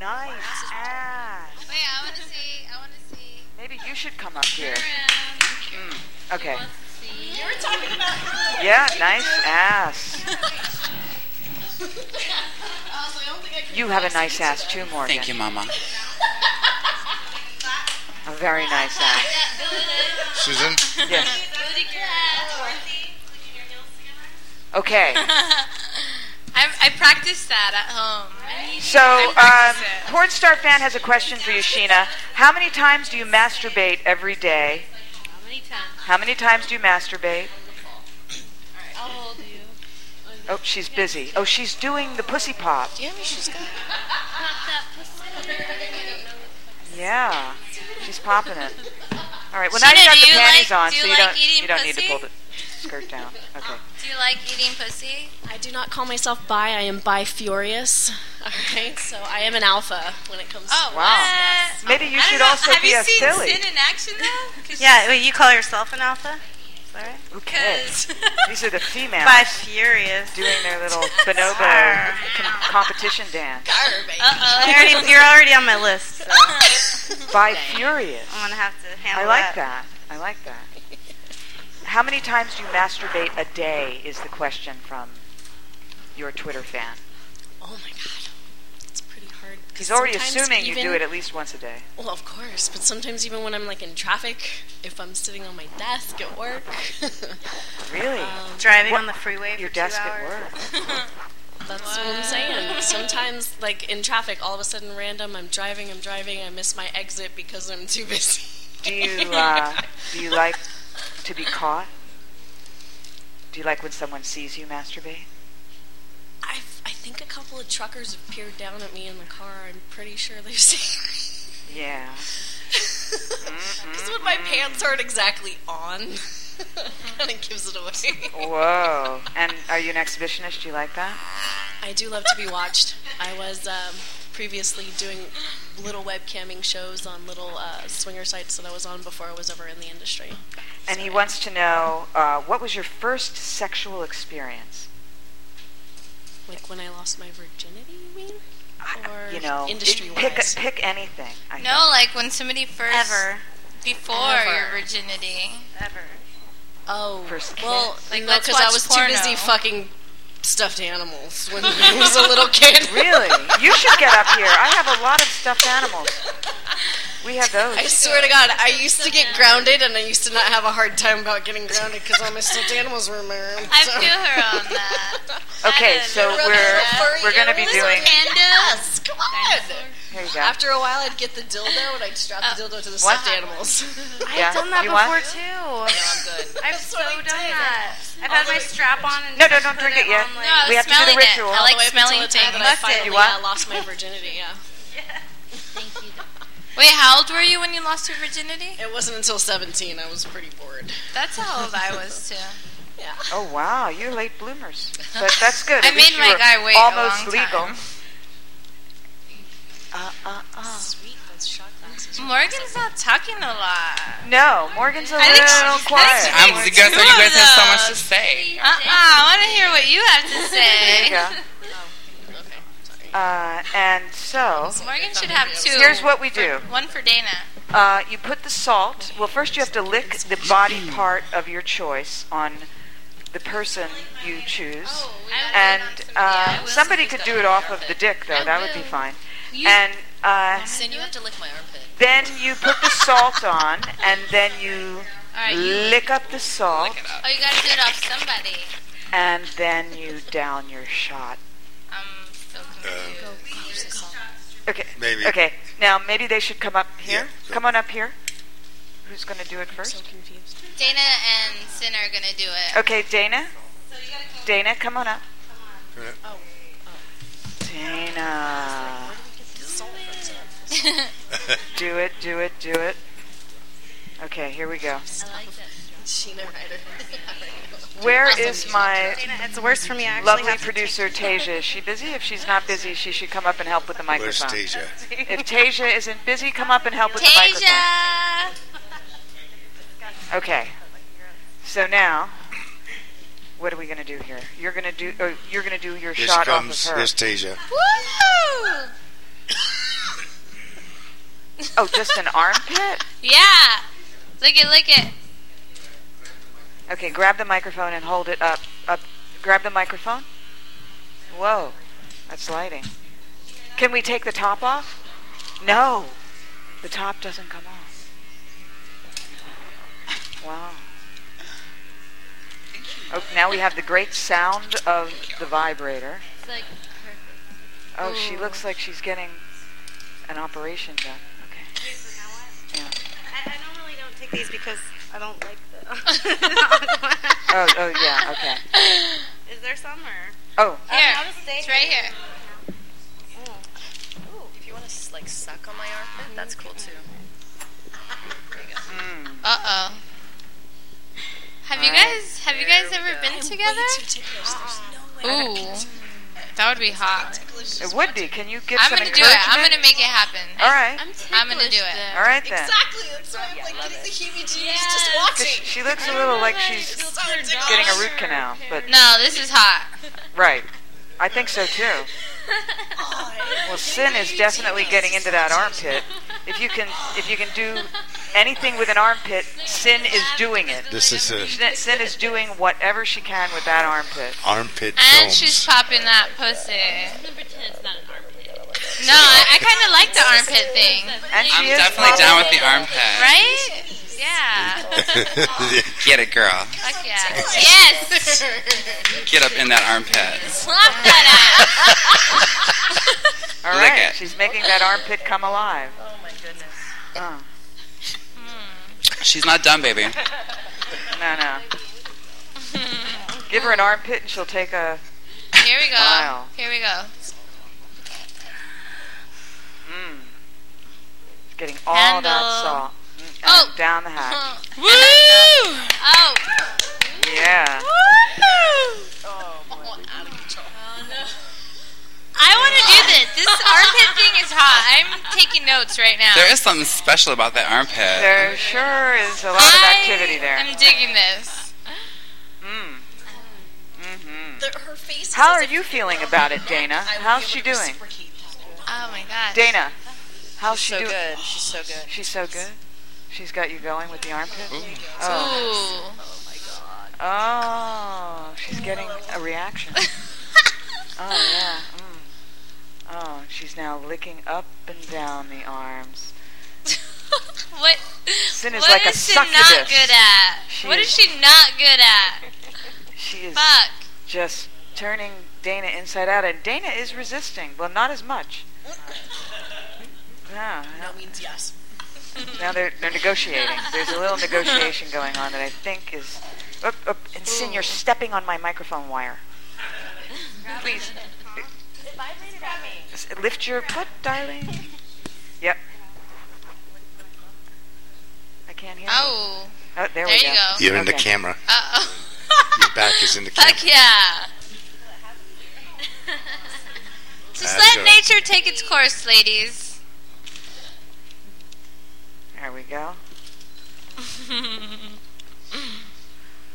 No, I haven't.
Nice
This is
ass.
Wait, I want to see. I want to see.
Maybe you should come up here. Mm.
Karen.
Okay.
Wants to see.
Yeah, nice ass.
Um,
You have a nice ass too, Morgan.
Thank you, Mama.
A very nice ass.
Susan?
Yes.
Booty clap.
Okay.
I, I practiced that at home. I need
So,
I
um,
practice it.
Pornstar fan has a question for you, Sheena. How many times do you masturbate every day?
How many times?
How many times do you masturbate?
How old are you?
Oh, she's busy. Oh, she's doing the pussy pop.
Do you have any shoes, guys?
Yeah, she's popping it. All right. Well, now
Sheena,
you got
do
the
you
panties
like-
on,
do
so
you
you
like
don't
eating
you don't need to
pussy?
pull the skirt down. Okay.
Do you like eating pussy?
I do not call myself bi. I am bi furious. All right, so I am an alpha when it comes.
Oh,
to
Wow.
What?
Maybe you
I don't
should
know.
also
Have
be
you
a
seen
Philly.
Sin in action though? 'Cause
Yeah, wait, you call yourself an alpha? Sorry.
Okay.
Because
These are the females
By furious.
doing their little bonobo com- competition dance.
I already, you're already on my list. So
By furious.
I'm gonna have to handle
I like that. I like that. How many times do you masturbate a day? Is the question from your Twitter fan.
Oh my god, it's pretty hard. 'cause
He's already
sometimes
assuming you do
even-
it at least once a day.
Well, of course, but sometimes even when I'm like in traffic, if I'm sitting on my desk at work,
Really?
Driving
What-
on the freeway for
Your
two
desk at
hours.
work.
that's what I'm saying. Sometimes, like in traffic, all of a sudden, random, I'm driving, I'm driving, I miss my exit because I'm too busy.
Do you uh, do you like to be caught? Do you like when someone sees you masturbate?
I've, I think a couple of truckers have peered down at me in the car. I'm pretty sure they've seen me.
Yeah.
Because when
Mm-hmm.
my pants aren't exactly on, kind of gives it away.
Whoa. And are you an exhibitionist? Do you like that?
I do love to be watched. I was um, previously doing little webcamming shows on little uh, swinger sites that I was on before I was ever in the industry.
And he wants to know uh, what was your first sexual experience?
Like when I lost my virginity, you mean? Or
you know,
industry
pick
wise.
pick anything. I
no, like when somebody first
Ever.
before
Ever.
your virginity.
Ever.
Oh,
First
well,
kiss.
Oh,
like
Like,
no,
let's
because I
watch
was
porno.
too busy fucking
stuffed animals when I was a little kid.
Really? You should get up here. I have a lot of stuffed animals. We have those.
I swear to God, I used to get grounded, and I used to not have a hard time about getting grounded because all my stuffed animals were in my room.
I
so.
feel her on that.
Okay, so
Rubber
we're
furry
we're gonna be
animals?
doing.
Yes, come on.
Here you go. Uh,
After a while, I'd get the dildo, and I'd strap the dildo to the
What?
stuffed animals.
I've
I've done that
you
before
want?
too.
I'm good.
I've so done that. I've had my strap on and
No, no,
just
don't
put
drink it yet.
on, like-
we have to do the ritual.
I like
All the way up until
smelling
the
things.
time That I
Must it.
finally
You what?
uh, lost my virginity. Yeah,
Wait, how old were you when you lost your virginity?
it wasn't until 17 I was pretty bored.
That's how old I was too.
Yeah.
Oh wow, you're late bloomers, but that's good.
I
At least
made
you
my
were
guy wait a
Almost
long
legal.
time.
Uh, uh, uh.
Sweet, those shot glasses. were
Morgan's not talking a lot.
No, Morgan's a
I think
little
she's-
quiet.
that's-
I'm you guys, you guys have so much to say.
Uh uh I want to hear what you have
There
to say.
you go.
awesome. Okay, sorry.
Uh, and so
Morgan should have two.
here's what we do.
One for Dana.
Uh, you put the salt. Well, first you have to lick the body part of your choice on the person you choose. And uh, somebody could do it off of the dick, though. That would be fine. And uh,
Sin, you have to lick my armpit.
then you put the salt on, and then you
Alright, you.
lick up the salt,
Oh, you gotta do it off somebody.
and then you down your shot.
I'm Um, so
Uh,
confused.
Okay.
Maybe.
Okay. Now maybe they should come up here.
Yeah, go.
Come on up here. Who's going to do it
So
first?
confused.
Dana and Sin are gonna do it.
Okay, Dana. Dana, come on up.
Oh,
Dana. Do it, do it, do it. Okay, here we go.
Sheena Ryder.
Where is my
It's worse for me. I actually
lovely
have to
producer Tasia? Is she busy? If she's not busy, she should come up and help with the
Where's
microphone.
Tasia?
If Tasia isn't busy, come up and help with the microphone.
Tasia!
Okay. So now, what are we gonna do here? You're gonna do. Oh, you're gonna do your
Here she
shot off of
comes.
her.
Here's Tasia.
Woo!
Oh, just an armpit.
Yeah! Lick it, lick it.
Okay, grab the microphone and hold it up. Up. Grab the microphone. Whoa, that's lighting. Can we take the top off? No, the top doesn't come off. Wow. Oh, now we have the great sound of the vibrator.
It's like
Oh, she looks like she's getting an operation done. Okay.
I, I normally don't take these because I don't like the.
Oh, oh yeah. Okay.
Is there some or?
Oh,
Here.
I'll just stay
It's right here.
If you want to like suck on my armpit, that's cool too.
Mm,
Uh oh. Have you guys have you guys ever been together? Uh-uh. Ooh, that would be hot.
it would be. Can you give
I'm
some
gonna do it. I'm gonna
encouragement?
make it happen.
All right.
I'm gonna do it.
All right then.
Exactly. That's why I'm like getting the heebie-jeebies just
'Cause
watching.
She looks a little like she's getting a root canal, but
No, this is hot.
right. I think so too. Well, Sin is definitely getting into that armpit. If you can, if you can do anything with an armpit, Sin is doing it.
This is a
Sin is doing whatever she can with that armpit.
armpit
And
films.
she's popping that pussy. No, I, I kind of like the armpit thing,
And
I'm
she is
definitely down with
popping-
the armpit.
right? Yeah.
Get it, girl.
Fuck yeah. Yes.
Get up in that armpit.
Slap that ass.
All
Lick
right,
it.
she's making that armpit come alive.
Oh my goodness.
Oh,
She's not done, baby.
no, no. Give her an armpit and she'll take a.
Here we go.
Wow.
Here we go.
Mm, it's getting all
Handle.
that salt. Mm, and
Oh.
Down the hat.
Woo! Oh.
Yeah.
Oh, I want to do this. This armpit thing is hot. I'm taking notes right now.
There is something special about that armpit.
There sure is a lot of activity there.
I'm digging this.
Mm.
Mm-hmm.
hmm
The, her face.
How
is
are
as if-
you feeling about it, Dana?
I would
How's
be
she
able to
doing?
reciprocate that.
Oh my gosh.
Dana, how's she
so
doing?
good. She's so good.
She's so good. She's got you going with the armpit.
Ooh.
Oh,
Ooh.
oh, she's getting a reaction. Oh yeah. Mm. Oh, she's now licking up and down the arms.
What?
Sin is
what
like a
is she not
succubus.
good at?
She
what is
is-
she not good at?
She is
Fuck.
just turning Dana inside out, and Dana is resisting. Well, not as much. No,
No means yes.
now they're, they're negotiating. There's a little negotiation going on that I think is. Oop, oop, and Sin, you're stepping on my microphone wire. Please.
It vibrated at me.
S- Lift your foot, darling. Yep. I can't hear. you.
Oh.
Oh, there,
There
we
you
go.
go.
You're in the
Okay.
camera.
Uh
Your back is in the
oh. Fuck
camera.
yeah. Just
Uh,
let
so-
nature take its course, ladies.
There we go.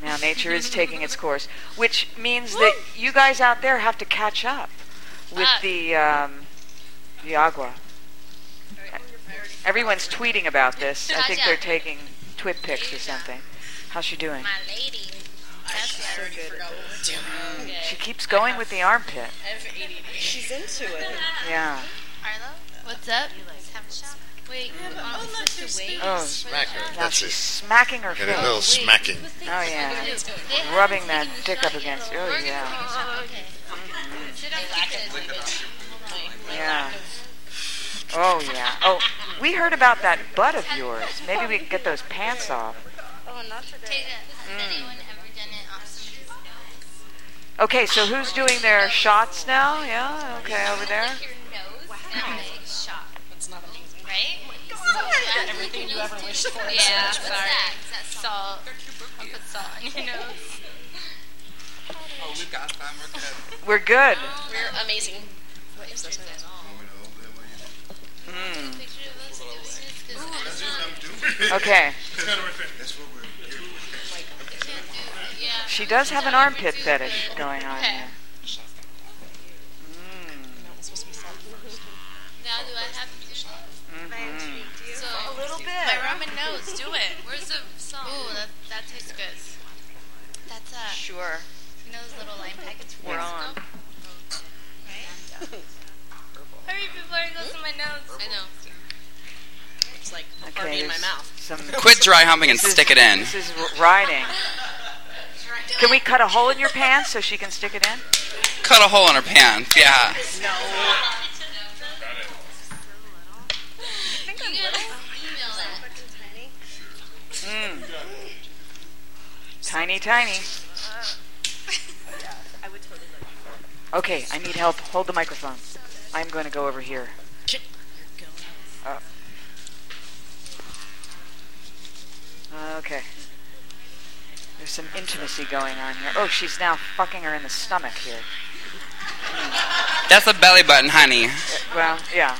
Now nature is taking its course, which means that you guys out there have to catch up with
Fuck.
the um, the agua. Everyone's tweeting about this. I think
Gotcha.
they're taking twit pics or something. How's she doing?
My lady. That's
I already forgot what we're doing.
She keeps going with the armpit.
I have ADD. She's into it.
Yeah.
Arlo? What's up? Let's have a shot. Wait,
Yeah, but
aren't we
unless
supposed to
you're
wait?
Oh,
Smack her.
now
That's
she's
it.
smacking her
Get a little
face,
smacking.
Oh, yeah.
They have
rubbing
to
that
take
dick
a shot
up against.
yet.
Oh
We're gonna
yeah,
take a
Mm-hmm.
shot, okay. Sit down, keep it.
yeah. Oh yeah. Oh, we heard about that butt of yours. Maybe we could get those pants off.
Oh,
Take it.
Mm.
Has anyone ever done it on somebody's nose?
Okay, so who's doing their shots now? Yeah, okay, over there.
Lick your nose and take a shot,
It's not amazing.
right?
Oh
Everything you ever wished for.
Yeah, sorry. Is that salt? I'll put salt on your nose.
Oh, we've got them. We're
We're
good.
good.
We're amazing. What is this?
Mm.
Picture of us doing this 'cause I don't know.
Okay,
That's what we're here
Yeah.
she does have an armpit fetish going on here.
Mm.
Hmm.
That was supposed to be said.
Now do I have to do it?
Mm-hmm.
So a little bit. My ramen nose. Do it. Where's the salt? Ooh, that that tastes good. That's uh.
Sure.
You know those little lime packets from
We're
Costco?
on.
Right? Hurry before it goes in my nose. I know.
It's like a Barbie
Okay,
in my
there's
mouth.
some.
Quit dry humping and
this is-
stick it in.
This is r- riding. Can we cut a hole in your pants so she can stick it in?
Cut a hole in her pants. Yeah.
You gotta email that.
Mm. Tiny, tiny. Okay, I need help. Hold the microphone. I'm going to go over here. Up. Uh, Okay. There's some intimacy going on here. Oh, she's now fucking her in the stomach here.
That's a belly button, honey.
Well, yeah.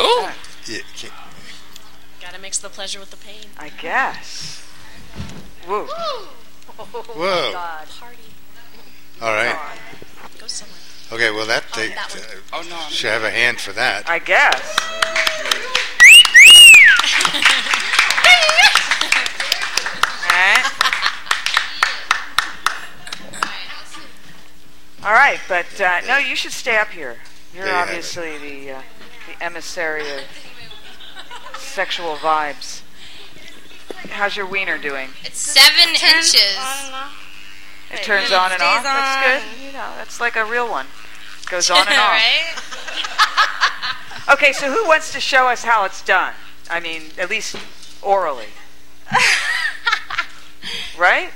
Ooh.
Yeah, can't-
Gotta mix the pleasure with the pain.
I guess. Woo.
Whoa.
Party.
All right.
Go somewhere.
Okay, well, that, they,
that one.
uh,
Oh no. I'm
should have a hand for that.
I guess. Alright. All right, but uh, no, you should stay up here. You're
There you have it.
obviously the uh, the emissary of sexual vibes. How's your wiener doing?
It's seven inches.
It turns on and off.
stays
That's
on.
good. You know, that's like a real one. Goes on and off.
right?
Okay, so who wants to show us how it's done? I mean, at least orally, right?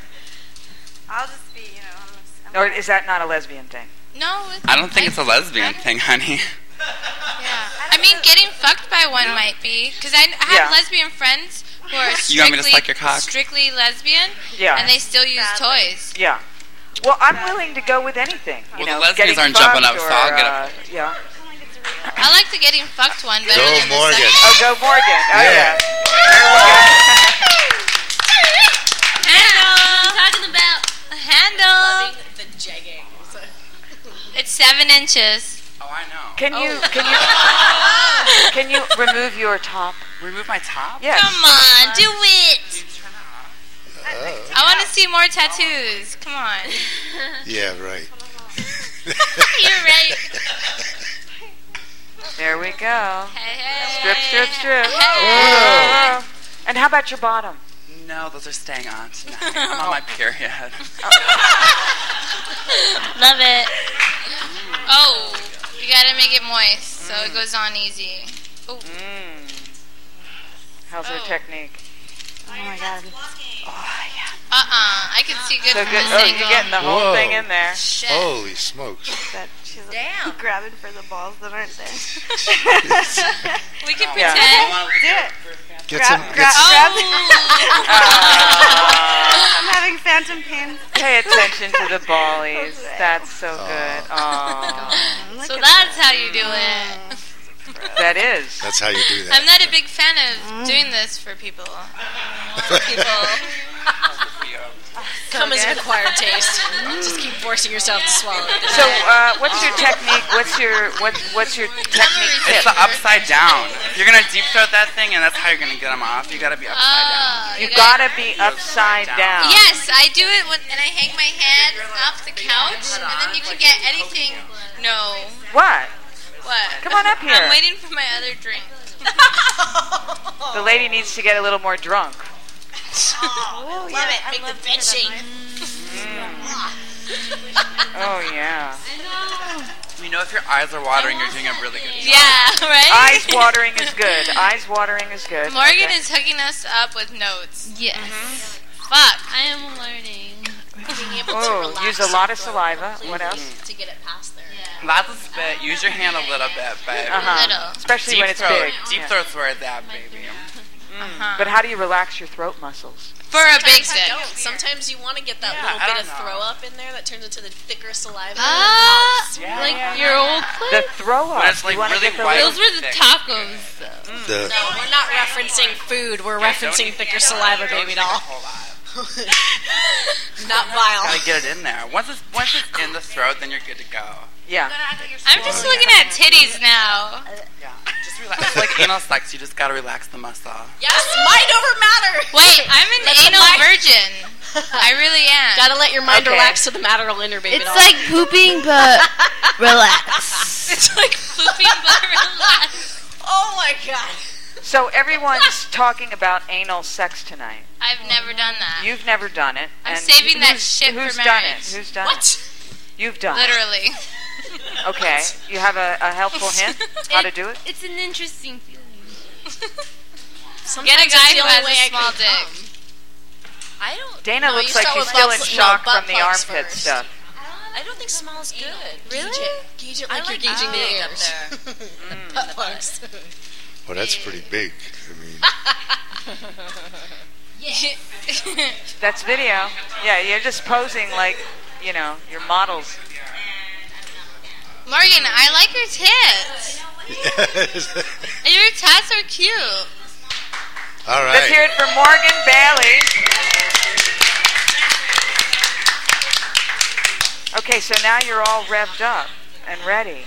I'll just be, you know. I'm just, I'm
Or is that not a lesbian thing?
no. It's,
I don't think it's a lesbian thing, honey.
Yeah. I mean, getting fucked by one might be because I, I
Yeah.
have lesbian friends who are strictly,
You want me to suck your cock?
strictly lesbian,
Yeah.
and they still use toys.
Yeah. Well, I'm willing to go with anything. You
Well, the
know,
lesbians
getting
aren't jumping
fucked
up, so
or,
I'll get
uh, Yeah.
I like the getting fucked one better
Go
than the
Morgan.
sucking.
Oh, go Morgan. Oh, yeah.
Yeah.
Handle. talking about handle.
Loving the jegging. So-
It's seven inches.
Oh, I know.
Can you can you can you remove your top?
Remove my top.
Yes.
Come on, do it.
Turn it off.
Oh,
I want to see more tattoos. Come on.
yeah, right.
You're right.
There we go.
Hey,
Strip, strip, strip.
Hey.
Whoa. And how about your bottom?
No, those are staying on tonight. I'm on my period.
Love it. Oh, you gotta make it moist so
Mm.
it goes on easy. Oh.
How's her
Oh.
technique?
Oh my god. Uh uh I can see good
So
from
good.
this
Oh,
angle.
you're getting the whole
Whoa.
thing in there. Oh,
Shit.
Holy smokes.
That she's
Damn.
grabbing for the balls that aren't there.
We can
Yeah.
pretend.
Do it.
Get
grab,
some-
grab,
get some-
grab.
Oh.
I'm having phantom pain.
Pay attention to the ballies. That's so good. Oh,
So that's how you do it.
that is.
That's how you do
Mm.
that.
I'm not a big fan of doing this for people. people.
Come as an acquired taste. Just keep forcing yourself to swallow. it.
So, uh, what's
Oh,
your technique? What's your what? What's your technique?
It's the upside down. If you're gonna deep throat that thing, and that's how you're gonna get them off. You gotta be upside down.
Ah, You gotta be upside down.
Yes, I do it when, and I hang my head off the couch, and then you can get anything. No.
What?
What?
Come on up here.
I'm waiting for my other drink.
The lady needs to get a little more drunk.
love it. Make the bed shake.
Oh yeah.
You know, if your eyes are watering, you're doing a really good job.
Yeah, right?
Eyes watering is good. Eyes watering is good.
Morgan
Okay.
is hooking us up with notes.
Yes.
Fuck.
I am learning.
Mm-hmm. Being able to
Oh, use
relax
a lot of
your throat
saliva. What
Mm-hmm.
completely
else?
To get it past there.
Mm-hmm. Lots of spit. Use your hand a little bit, but
Uh-huh. Little. Especially
deep
when it's
throat.
big.
Deep
Yeah.
throat's where it's at, baby.
But how do you relax your throat muscles?
For a big
Sometimes I don't. Sometimes you want to get that
Yeah,
little
I
bit
don't
of
know.
throw up in there that turns into the thicker saliva.
Ah,
Yeah.
like
Yeah.
your old
The
clip.
throw up.
When it's, like,
you want to
really
get the
wide.
little-
Those were the tacos, though.
Mm.
The,
No, we're not referencing food. We're referencing thicker saliva, baby doll. not vile.
Gotta get it in there. Once it's once it's in the throat, then you're good to go.
Yeah.
I'm just looking at titties now.
Just relax. It's like anal sex. You just gotta relax the muscle.
Yes, mind over matter.
Wait, I'm an
That's a
anal
mind-
virgin. I really am.
Gotta let your mind
Okay.
relax to the matteral inner, baby
It's
doll.
like pooping, but relax.
it's like
Pooping but relaxed.
oh my god.
So everyone's talking about anal sex tonight.
I've never done that.
You've never done it.
I'm
and
saving that
who's-
shit for
who's done
marriage.
it? Who's done it?
What?
You've done it.
Literally.
Okay. You have a, a helpful hint how to do it?
It's an interesting feeling.
Sometimes
Get a guy
it's
who
the only
has
way I
a small
can
dick.
come. I don't.
Dana
no, you
looks like
start
she's
with
still
butt-
in
no,
shock
butt
from the
plugs
armpit
first.
stuff.
I don't think small is good.
Really?
Gauge it, gauge it like,
like
you're gauging
gauge
the
up
ears. Butt plugs.
well, that's pretty big. I mean,
Mm. That's video. Yeah, you're just posing like, you know, your models.
Morgan, I like your tits. Your tats are cute.
all right.
Let's hear it for Morgan Bailey. Okay, so now you're all revved up and ready.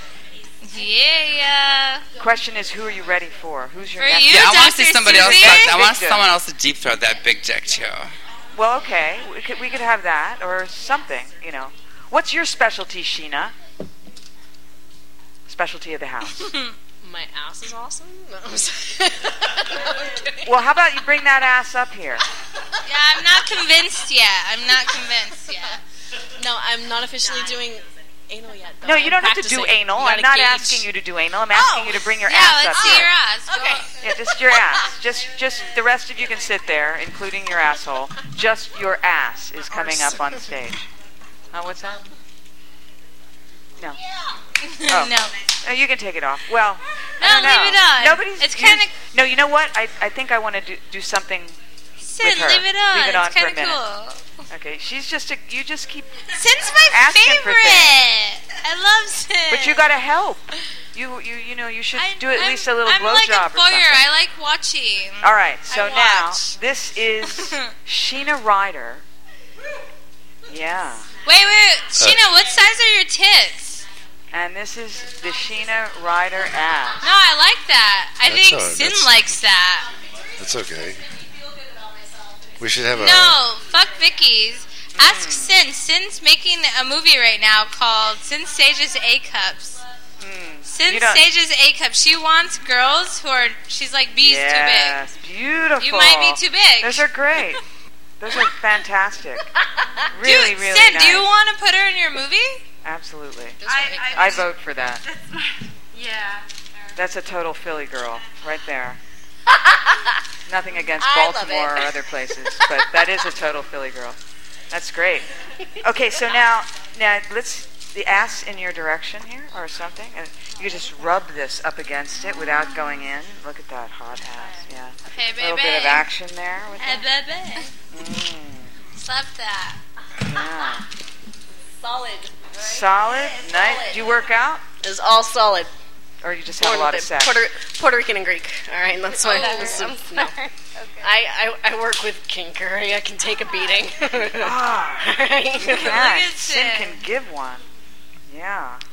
Yeah.
Question is, who are you ready for? Who's your
For
next?
you?
Yeah, I want to
Dr.
see somebody else.
Susie?
touch- I want
Big dick.
someone else to deep throat that big dick too.
Well, okay, we could, we could have that or something, you know. What's your specialty, Sheena? Specialty of the house.
My ass is awesome. No, I'm sorry. No, I'm kidding.
well, how about you bring that ass up here?
Yeah, I'm not convinced yet. I'm not convinced yet.
No, I'm not officially doing anal yet. Though.
No, you
I'm
don't have to do
practicing.
anal.
You
I'm
gotta
not
gauge.
asking you to do anal. I'm asking
Oh.
you to bring your
Yeah,
ass up
let's see
here.
your ass. Go.
Yeah, just your ass. Just, just the rest of you can sit there, including your asshole. Just your ass is coming up on stage. Oh, what's that? No. Oh.
no.
No, you can take it off. Well,
No,
I don't know.
leave it on.
Nobody's.
It's kinda-
used- No, you know what? I, I think I want to do, do something.
Sid,
With her.
leave it on.
Leave it on
it's
for a
kind of
minute.
cool.
Okay, she's just a. You just keep.
Sid's my
Asking for
favorite. I love Sid.
But you gotta help. You you you know you should
I-
do at
I'm-
least a little
I'm
blow
like
job
a
or
voyeur.
something.
I like watching.
All right, so
I
now
watch.
this is Sheena Ryder. Yeah,
Wait, wait, Sheena, what size are your tits?
and this is the Sheena Ryder ass.
No, I like that. I
That's
think
all right,
Sin
that's-
likes that.
That's okay. We should have a.
No, fuck Vicky's. Ask Sin. Sin's making a movie right now called Sin Stages A Cups.
Hmm. You
Sin
don't-
Stages A Cups. She wants girls who are. She's like bees
yes,
too big.
beautiful.
You might be too big.
Those are great. Those are fantastic. really,
Dude,
really
Sin, do you
nice.
want to put her in your movie?
Absolutely.
I,
I vote for that.
yeah.
That's a total Philly girl right there. Nothing against
I love
Baltimore or
it.
other places, but that is a total Philly girl. That's great. Okay, so now now let's the ass in your direction here or something. And you just rub this up against it without going in. Look at that hot ass. Yeah.
Hey,
A little
baby.
bit of action there. With Mm.
Hey, baby. Slap that.
yeah.
Solid.
Solid. Nice. Do you work out?
Is all solid.
Or you just have
Born
a lot
with
of
it.
sex?
Puerto, Puerto Rican and Greek. All right, that's why.
Oh,
that's-
I'm
no. I, I I work with kinkery. I can take a beating.
Ah,
All right.
you can. Sin can give one. Yeah. Mm.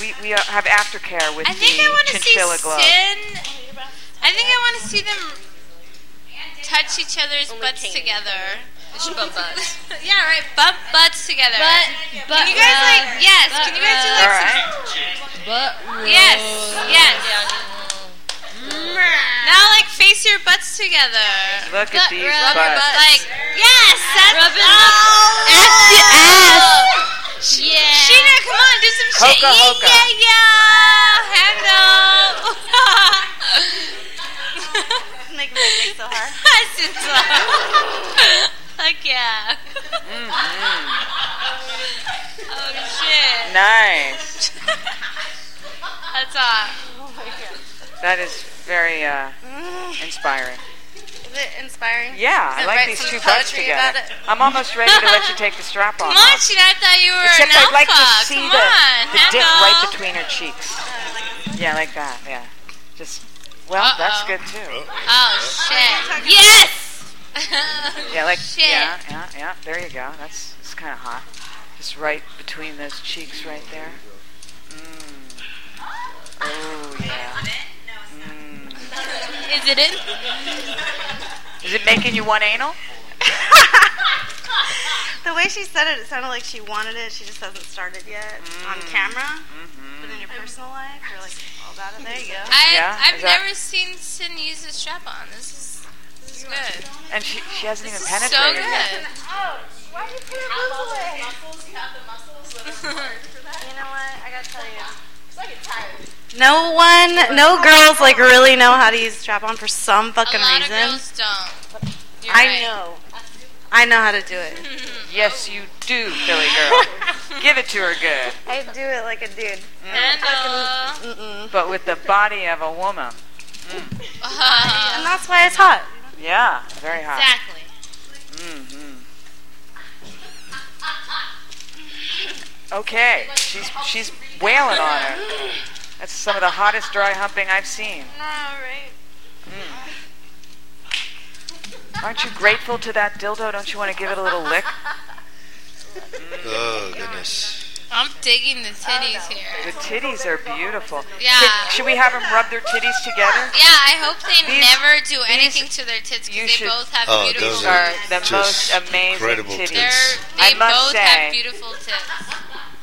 We, we uh, have aftercare with
I think
the
I want to see
chinchilla glove.
Oh,
Sin. I think I want to see them touch each other's butts together.
They should bump butts.
yeah, right. Bump butts together.
Butt-
can you
butt
guys
rub.
like? Yes.
Butt
can you guys do
rub.
like?
But
Some, yes. Yes. Now like face your butts together.
Look at these butts.
Like yes. That's rubbing oh.
Yeah.
Sheena, come on, do some shit.
Hoka,
yeah,
hoka.
yeah, yeah. Hand up.
Make me think so hard.
Since, uh, Heck yeah.
Mm-hmm.
Oh shit.
Nice.
That's off. Oh my god.
That is very uh, inspiring.
Is it inspiring?
Yeah, I like these two butts together. I'm almost ready to let you take the strap
Come
off.
on, Sheena, I thought you were
Except
an
I'd like to
alpha.
see
Come
the,
on,
the dick
hello.
right between her cheeks. Yeah, like that. Yeah. Just. Well, that's good too.
Oh shit. Yes.
Yeah, like
shit.
yeah, yeah, yeah. There you go. That's it's kind of hot. Just right between those cheeks, right there. Mm. Oh yeah.
Is it in?
Is it making you want anal?
The way she said it, it sounded like she wanted it. She just hasn't started yet on camera.
Mm-hmm.
But in your personal life, you're like all about it. There you go.
I,
Yeah,
I've
is that-
never seen Sin use a strap on. This is this is good.
And she she hasn't even
This is so
penetrated yet.
good.
Why you put it muscles? You have the muscles. You know what? I gotta tell you. No one, no girls like really know how to use strap on for some fucking
a lot
reason.
of girls don't. You're
I
right.
know. I know how to do it.
Yes, you do, Philly girl. Give it to her good,
I do it like a dude. uh,
Hello.
but with the body of a woman.
and that's why it's hot.
Yeah, very hot.
Exactly.
Mm-hmm. Okay, she's she's wailing on her. That's some of the hottest dry humping I've seen.
All right.
Aren't you grateful to that dildo? Don't you want to give it a little lick?
Oh, goodness.
I'm digging the titties
Oh,
The
here.
titties are beautiful.
Yeah.
Should, should we have them rub their titties together?
Yeah, I hope they
These-
never do anything to their tits
you
because they
should-
both have
Oh,
beautiful
those
These
tits.
are the
Just
most amazing
incredible
titties.
tits.
They
I must
both have
say,
beautiful tits.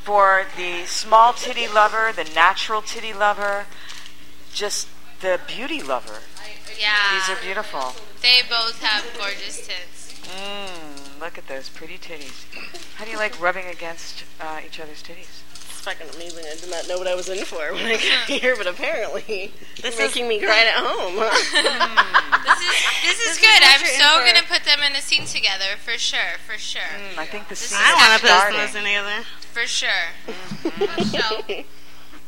for the small titty lover, the natural titty lover, just the beauty lover, these
Yeah.
are beautiful.
They both have gorgeous tits.
Mm, look at those pretty titties. How do you like rubbing against uh, each other's titties?
It's fucking amazing. I did not know what I was in for when I got here, but apparently
This
this
is-
making me grind at home.
This is this is
is
good.
what
I'm
you're in
so
for.
gonna put them in a scene together for sure, for sure,
Mm, I think the scene
I
is
want to put
starting.
this together.
for sure.
Mm.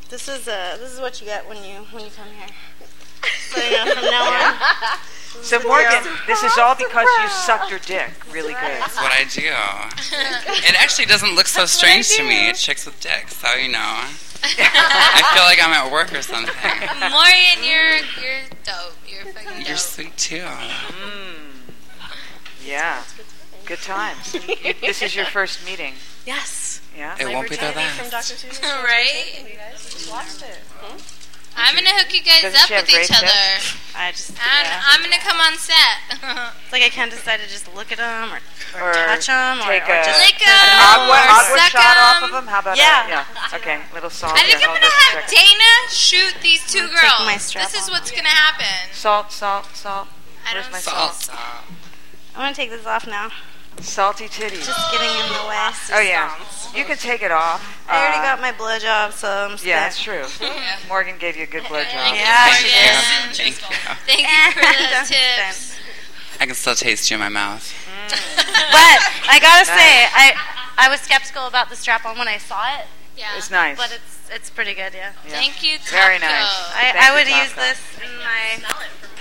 This is uh, this is what you get when you when you come here. So you know, from now on.
So Morgan, this is all because you sucked her dick really good.
That's what I do. It actually doesn't look so strange to me. Chicks with dicks, so you know. I feel like I'm at work or something.
Mm.
Morian, you're you're dope. You're fucking
You're
dope.
sweet too.
Yeah, good times. You- this is your first meeting.
Yes.
Yeah.
It won't be the
Fraternity from
last.
Dr. Seuss.
Right?
You guys just watched it.
I'm gonna hook you guys
Doesn't
up
she have
with each
great
other,
tips? I just
and
yeah.
I'm gonna come on set.
it's like I can't decide to just look at them or, or, touch them or,
Take a
or just
Lick 'em
agua,
or
agua
suck
shot off
'em.
of them. How about A,
Yeah.
yeah. Okay, little salt.
I think
here,
I'm
hold
gonna
this a
have
second.
Dana shoot these
take
two girls.
my
This is what's gonna happen.
Salt, salt, salt.
I
Where's
don't
my
see
salt?
I'm gonna take this off now.
Salty titties.
Just getting in the way.
Oh yeah, you can take it off.
I already
Uh,
got my blowjob, so I'm stuck.
Yeah, that's true. Morgan gave you a good blowjob.
Yeah, she
Thank you. Thank you.
Thank you for those tips.
I can still taste you in my mouth.
but I gotta say, I I was skeptical about the strap on when I saw it.
Yeah.
It's nice.
But it's it's pretty good, yeah.
Thank you,
Very nice. Taco.
I,
Thank
I would
you,
use
Taco.
this in my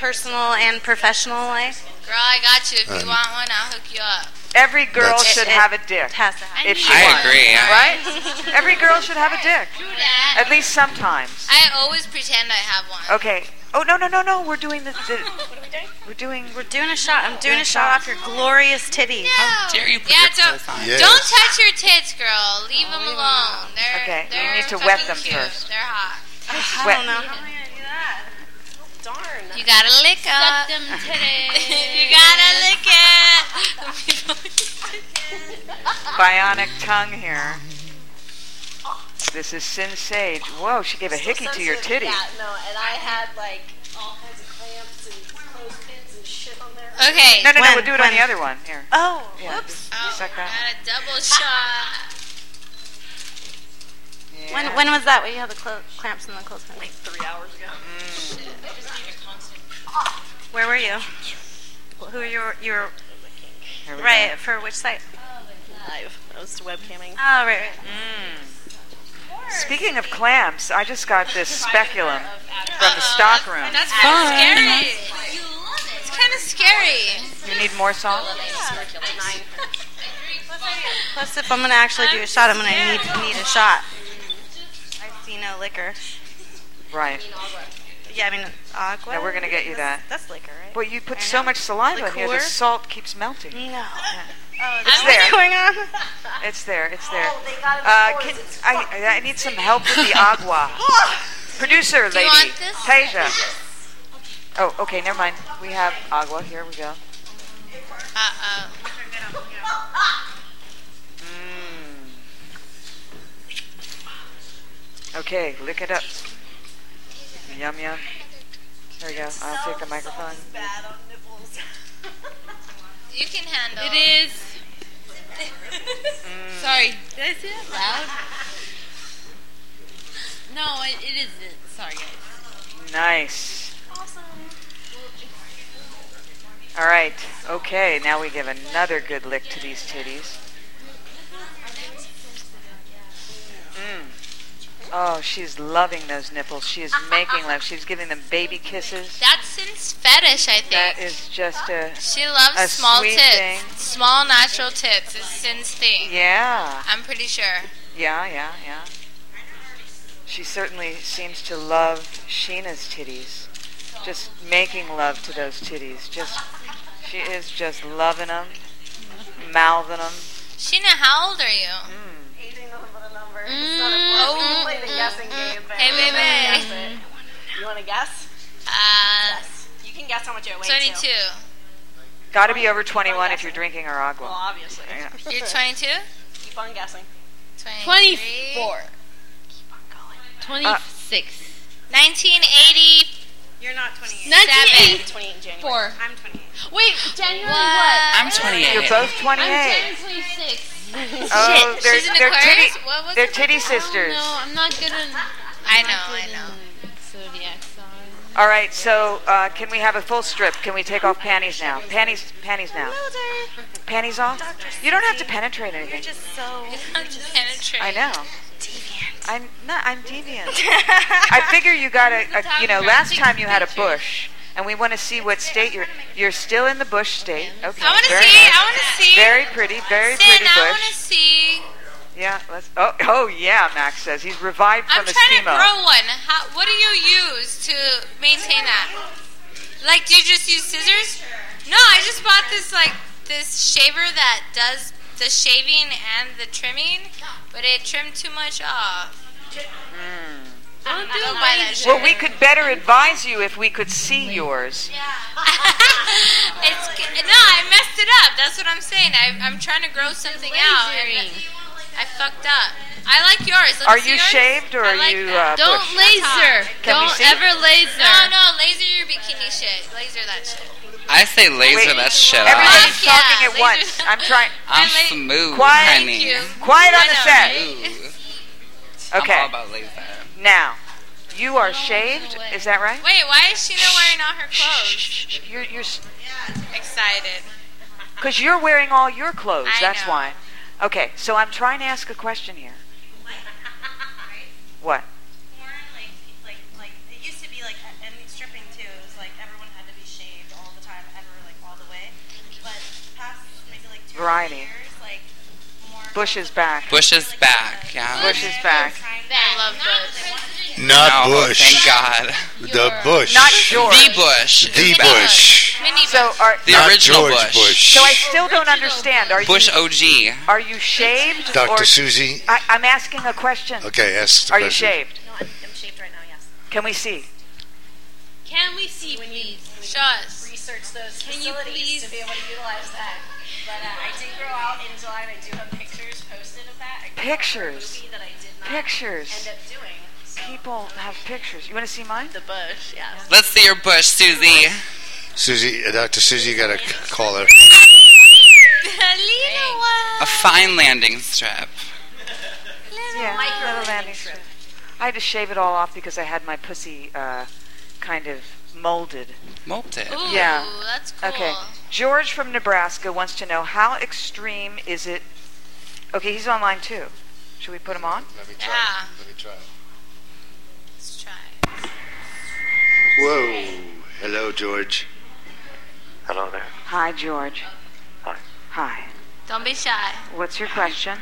personal and professional life.
Girl, I got you. If you
Um,
want one, I'll hook you up.
Every girl
That's-
should
It- it
have a dick.
has to have
if
it.
she
I
wants.
agree, I-
Right? Every girl should have a dick. At least sometimes.
I always pretend I have one.
Okay. Oh no no no no! We're doing the. the what are we doing? We're doing. We're
doing a shot. I'm doing a shot off your glorious titties.
How
dare you
Yeah, don't,
Yes.
don't touch your tits, girl. Leave
Oh,
them alone. They're,
Okay, you
they're
need to
fucking
wet them
cute.
first.
They're hot.
I don't Wet. know
how am I going to do that?
Darn.
You gotta lick
Suck
up.
them
you gotta lick it.
Bionic tongue here. This is Sin Sage. Whoa, she gave a hickey to your titty.
Yeah, no, and I had like all kinds of clamps and clothespins and shit on there.
No, no, no. We'll do it on the other one here.
Oh,
Yeah,
whoops.
just Suck that.
Got a double shot.
When when was that? Where you had the clo- clamps and the clothespins? Like three hours ago.
Mm.
Where were you? Who you were? You were
Here we
right
go.
for which site?
Live. I was webcamming.
Oh, right, right.
Mm.
Speaking of clamps, I just got this speculum from the stock room.
That's kind of scary. It's kind of scary.
You need more salt?
Plus, if I'm gonna actually do a shot, I'm gonna need need a shot. I see no liquor.
Right.
Yeah, I mean agua.
No, we're gonna get you that.
That's liquor, right?
But you put so much saliva in here, the
Liqueur?
salt keeps melting.
No. Oh,
It's
that's
there.
what's going on.
It's there. It's there.
Oh, they got it
uh,
before
can,
us. It's
I, I need some help with the agua. Producer
Do you
lady,
want this?
Tasia. Oh, okay. Never mind. We have agua. Here we go.
Uh oh.
Okay, lick it up. Yum yum. There we go. I'll take the microphone.
You can handle
It is. Sorry, did I say that loud? No, it, it isn't. Sorry, guys.
Nice.
Awesome.
All right. Okay. Now we give another good lick to these titties. Oh, she's loving those nipples. She is making love. She's giving them baby kisses.
That's since fetish, I think.
That is just a.
She loves
a
small
sweet
tits.
thing.
Small natural tits is Sin's thing.
Yeah.
I'm pretty sure.
Yeah, yeah, yeah. She certainly seems to love Sheena's titties. Just making love to those titties. Just she is just loving them, mouthing them.
Sheena, how old are you?
Hmm.
Mm,
Oh, play the guessing game. but
Hey,
I'm
baby.
gonna guess it. You want to guess?
Uh,
You can guess how much it weighs.
22.
Got to be over 21 if you're drinking her agua.
Well, obviously.
Yeah.
You're 22?
Keep on guessing.
24.
26.
1980.
You're not 28.
1984.
28 in January.
Four.
I'm 28.
Wait, January what?
Uh,
I'm 28.
You're both
I'm
28.
Jan 26.
Oh,
Shit.
they're,
She's an
they're
Aquarius?
titty,
What was
they're
it?
titty sisters.
No, I'm not good on. I know, I know. Zodiac sign.
All right, so uh, can we have a full strip? Can we take off panties now? Panties, panties now. Panties off. You don't have to penetrate anything.
Just so.
I
Penetrate.
know. I'm not. I'm deviant. I figure you got a, a you know, last time you had a bush, and we want to see what state you're. You're still in the bush state. Okay.
I want to see.
very
I
nice.
want to see.
Very pretty. Very
Sin,
pretty
I want
bush.
to see.
Yeah. Let's. Oh, oh yeah. Max says he's revived
I'm
from his
trying to
chemo.
grow one. How, what do you use to maintain that? Like, do you just use scissors? No, I just bought this like this shaver that does the shaving and the trimming, but it trimmed too much off. Don't do buy that shirt.
Hmm. Well, we could better advise you if we could see yours.
It's, no, I messed it up. That's what I'm saying. I, I'm trying to grow something out. And I fucked up. I like yours. Let me
Are
see
you
yours.
shaved or
I
are
like
you uh,
that. Don't
bushed?
laser.
Can we see?
laser. No, no, laser your bikini shit. Laser that shit.
I say laser that shit
Everybody's
off.
talking at once. I'm trying.
I'm smooth,
Quiet.
honey.
Quiet on the set.
I'm all
Okay.
about laser.
Now, you are shaved. Is that right?
Wait, why is Sheena wearing all her clothes?
You're, you're
excited.
Because you're wearing all your clothes.
I
That's
know.
why. Okay. So I'm trying to ask a question here. What? Variety. Bush is back.
Bush is back. Yeah.
Bush is back.
I love those.
Not
No,
Bush.
Thank God.
The Bush.
Not yours.
The Bush.
The
is back.
Bush.
So are
The
Not
original
George
Bush.
Bush.
so I still don't understand. Are
Bush
you
OG.
are you shaved?
Dr.
Or,
Susie.
I, I'm asking a question.
Okay, ask the
Are you
question.
shaved?
No, I'm, I'm shaved right now, yes.
Can we see?
Can we see, please? Show us. Research those Can you please? to be able to utilize that.
But uh, I did grow out in July, and I do have pictures posted of that. I grew out
Pictures.
a movie that I did not
Pictures.
End up doing. So.
People have pictures. You want to see mine? The bush. Yeah.
Let's see your Bush, Susie.
Susie, uh, Dr. Susie, you gotta c- call her.
Lena, what?
A fine landing strip.
Yeah. Little landing strip. I had to shave it all off because I had my pussy uh, kind of molded.
Molded.
Ooh,
Uh, yeah.
that's cool.
Okay. George from Nebraska wants to know how extreme is it? Okay, he's online too. Should we put him on?
Let me try. Let me try.
Let's try.
Whoa. Hello, George. Hello there.
Hi, George.
Hi.
Hi.
Don't be shy.
What's your question,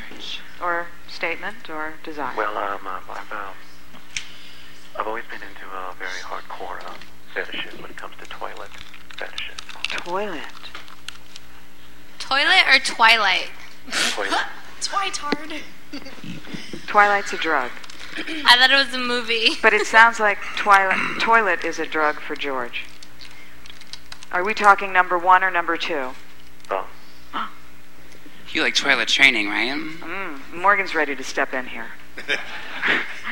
or statement, or desire?
Well, um, um, I've, uh, I've always been into uh, very hardcore uh, fetishes when it comes to toilet fetishes.
Toilet.
Toilet or Twilight?
Toilet.
Twitard.
Twilight's a drug,
I thought it was a movie.
but it sounds like twilight, toilet is a drug for George. Are we talking number one or number two?
Oh.
You like toilet training, right?
Mm, Morgan's ready to step in here.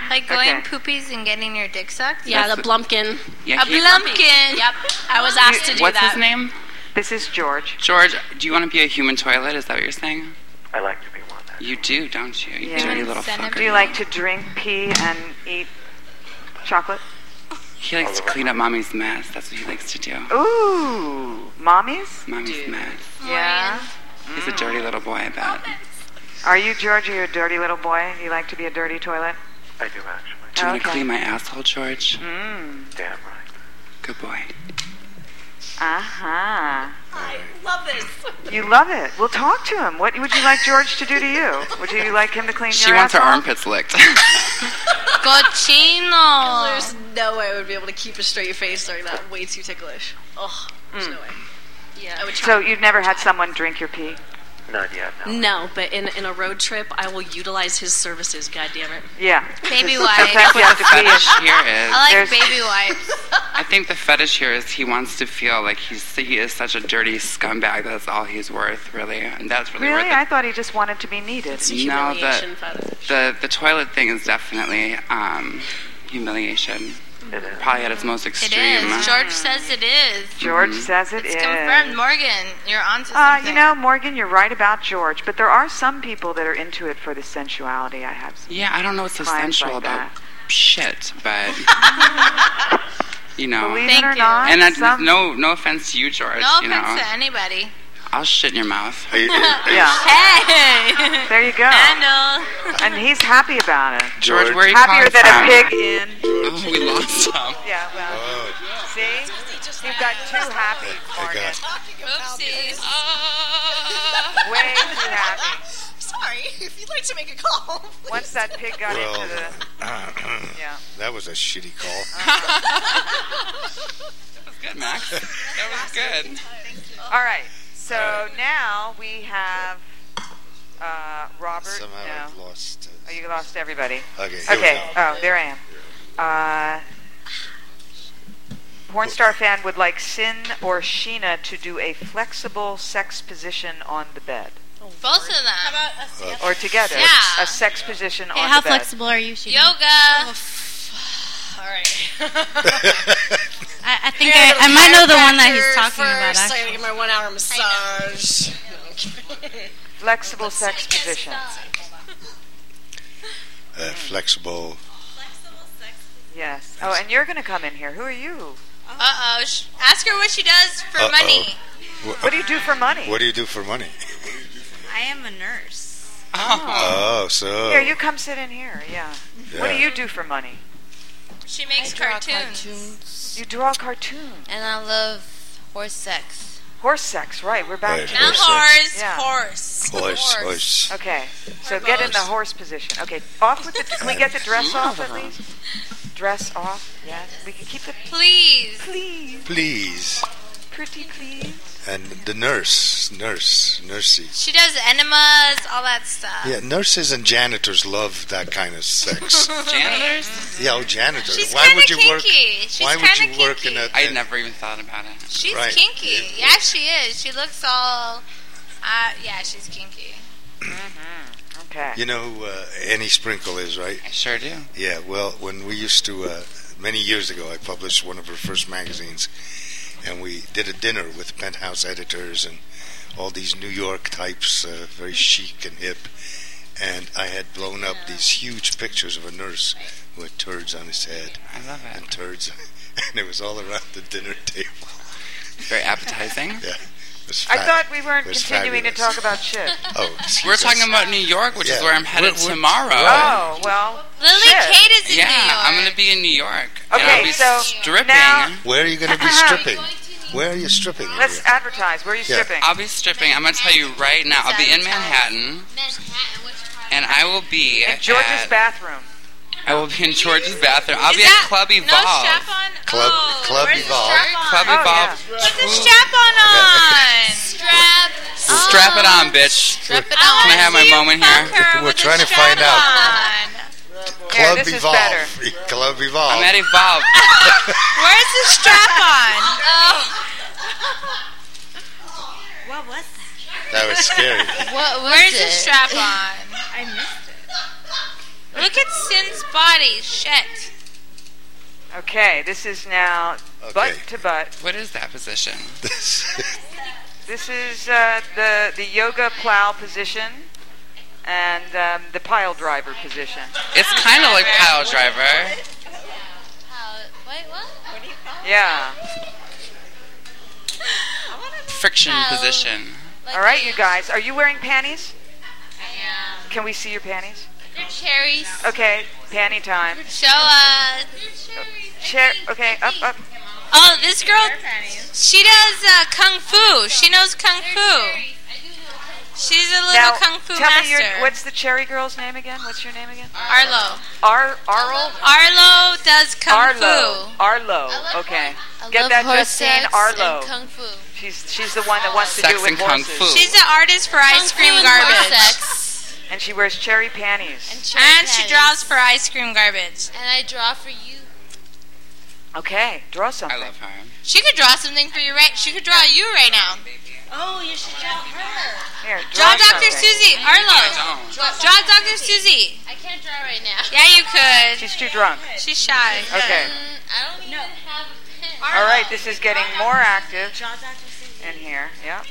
Like going
Okay.
poopies and getting your dick sucked?
Yeah, That's the what-
blumpkin.
Yeah,
a
he-
blumpkin. Yep. I was asked
You- What's his name?
This is George.
George, do you want to be a human toilet? Is that what you're saying?
I like to be one.
You do, don't you? You dirty little fucker.
Do you like to drink, pee, and eat chocolate?
He likes to clean up mommy's mess. That's what he likes to do.
Ooh, mommies?
Mommy's mess.
Yeah.
He's a dirty little boy, I bet.
Are you George? Are you a dirty little boy? You like to be a dirty toilet?
I do actually.
Do you want to
Okay.
clean my asshole, George?
Mm.
Damn right.
Good boy.
Uh huh.
I love this.
You love it. Well, talk to him. What would you like George to do to you? Would you like him to clean
She
your
wants her
asshole?
armpits licked.
Cochino.
There's no way I would be able to keep a straight face during that. Way too ticklish. Oh, there's
Mm.
no way. Yeah. I would try.
So you've never had someone drink your pee?
Not yet.
no, but in, in a road trip, I will utilize his services. God damn it.
Yeah.
Baby
Just-
wipes.
Sometimes you have to pee.
fetish here is.
I like baby wipes.
I think the fetish here is he wants to feel like he's he is such a dirty scumbag. That's all he's worth, really. And that's really,
Really?
worth
I thought he just wanted to be needed.
it. No, the, the the toilet thing is definitely um, humiliation. Probably at its most
It
extreme. Uh,
is. George says it is.
George
Mhm.
says it
It's
is.
confirmed. Morgan, you're onto something.
Uh, you know, Morgan, you're right about George, but there are some people that are into it for the sensuality. I have. Some
Yeah, I don't know what's so
clients
sensual
like
about
that.
shit, but you know.
Believe it or not,
And I,
some,
no, no offense to you, George.
No
you
offense
know,
to anybody.
I'll shit in your mouth.
Hey.
There you go.
Handle.
and he's happy about it.
George, where are you
happier
calling
than
from?
a pig in.
Oh, we lost him.
Yeah, well, see, you've got too happy, Morgan.
Oopsies.
Way too happy.
Ah. Sorry, if you'd like to make a call. please.
Once that pig got
Well,
into the. Yeah.
that was a shitty call.
Good, Max. That was good.
All right. So now we have uh, Robert. no.
Somehow I lost. uh,
Oh, you lost everybody.
Okay, here we
Okay.
go.
Oh, there I am. Uh, Pornstar fan would like Sin or Sheena to do a flexible sex position on the bed.
Both of them. How about us
Uh,
Or together.
Yeah.
A sex position
Hey,
on
how
the bed.
flexible
are you
Yoga. Oh,
All right.
I, I think I, I might know the one that he's talking about.
First, I
Actually.
gotta get my one-hour massage.
Flexible sex position.
Uh, flexible.
Yes. Oh, and you're going to come in here. Who are you?
Uh oh. Ask her what she does for
Uh-oh.
money.
Wh-
What do you do for money?
What do you do for money?
I am a nurse.
Oh, so.
Here, you come sit in here. Yeah. What do
Yeah.
you do for money?
She makes cartoons.
You draw cartoons.
And I love horse sex.
Horse sex, right? We're back.
Right,
to
Not
horse
horse,
sex. Yeah.
horse.
Horse, horse.
Okay, so get in the horse position. Okay, off with the. Can we get the dress off at least? Dress off. Yes, we can keep the
Please.
Please.
Please.
pretty, please.
And the nurse, nurse, nurses.
She does enemas, all that stuff.
Yeah, nurses and janitors love that kind of sex.
Janitors?
yeah, oh, janitors.
She's
why
kinda
would you work?
kinky. She's
why would you
kinda
work in a?
I never even thought about it.
She's
Right.
kinky. Yeah, she is. She looks all. Uh, yeah, she's kinky. Mm-hmm.
Okay.
You know who uh, Annie Sprinkle is, right? I
sure do.
Yeah, well, when we used to, uh, many years ago, I published one of her first magazines, and we did a dinner with penthouse editors and all these New York types, uh, very chic and hip. And I had blown up these huge pictures of a nurse who had turds on his head.
I love it.
And turds, and it was all around the dinner table.
Very appetizing.
yeah. it was
I
fab-
thought we weren't
it was
continuing to
fabulous.
talk about shit.
Oh, excuse
We're
us.
talking about New York, which is
Yeah.
where I'm headed
We're- we're-
Oh
tomorrow.
well.
Lily Kate is in
yeah,
New York.
I'm gonna be in New York. and
Okay,
I'll be
so
stripping.
now-
Where are you going to be stripping? Where are you stripping?
Let's advertise. Where are you
Yeah.
stripping?
I'll be stripping. I'm gonna tell you right now. I'll be in Manhattan, and I will be
In George's
at,
bathroom.
I will be in George's bathroom. I'll
Is
be
that- Oh,
at Club Evolve.
Club, club evolve.
Club
Oh,
Evolve.
Put the strap on on. strap.
Strap it on, bitch. Strap
it on.
Can I have my moment here?
We're trying to find out.
Here,
Club
this is
evolve.
better.
Club evolve.
I'm at Evolve.
Where's the strap on? What was that?
That was scary.
What was
Where's the
it?
strap on? I missed it. Look at Sin's body. Shit.
Okay, this is now butt to butt.
What is that position?
This is uh, the the yoga plow position and um, the pile driver position.
It's kind of like Pile Driver.
Wait, what? What do you call
Yeah.
Friction
Oh.
position.
All right, you guys, are you wearing panties? Can we see your panties?
They're cherries.
Okay, panty time.
Show us.
Chair. Okay, up, up.
Oh, this girl, she does uh, kung fu. She knows kung fu. She's a little
Now,
kung fu
tell
master.
me your, what's the cherry girl's name again? What's your name again?
Arlo.
Ar Arlo.
Arlo does kung
Arlo.
fu.
Arlo. Okay.
I
Get
love
that
horse
Justine
sex
Arlo.
and kung fu.
She's she's the one that wants to
Sex
do with
and kung
horses.
fu.
She's the artist for ice
fu
cream
and
garbage.
horse
and she wears cherry panties.
And, she draws for ice cream garbage.
And I draw for you.
Okay, draw something.
I love her.
She could draw something for you right. She could draw you right now.
Oh, you should draw her.
Here,
Draw
draw,
Dr.
something.
Susie Arlo.
don't.
Draw Dr. Susie.
I can't draw right now.
Yeah, you could.
She's too drunk.
She's shy.
Okay.
Mm, I don't even have a pen.
All right, this is getting more active in here. Yeah.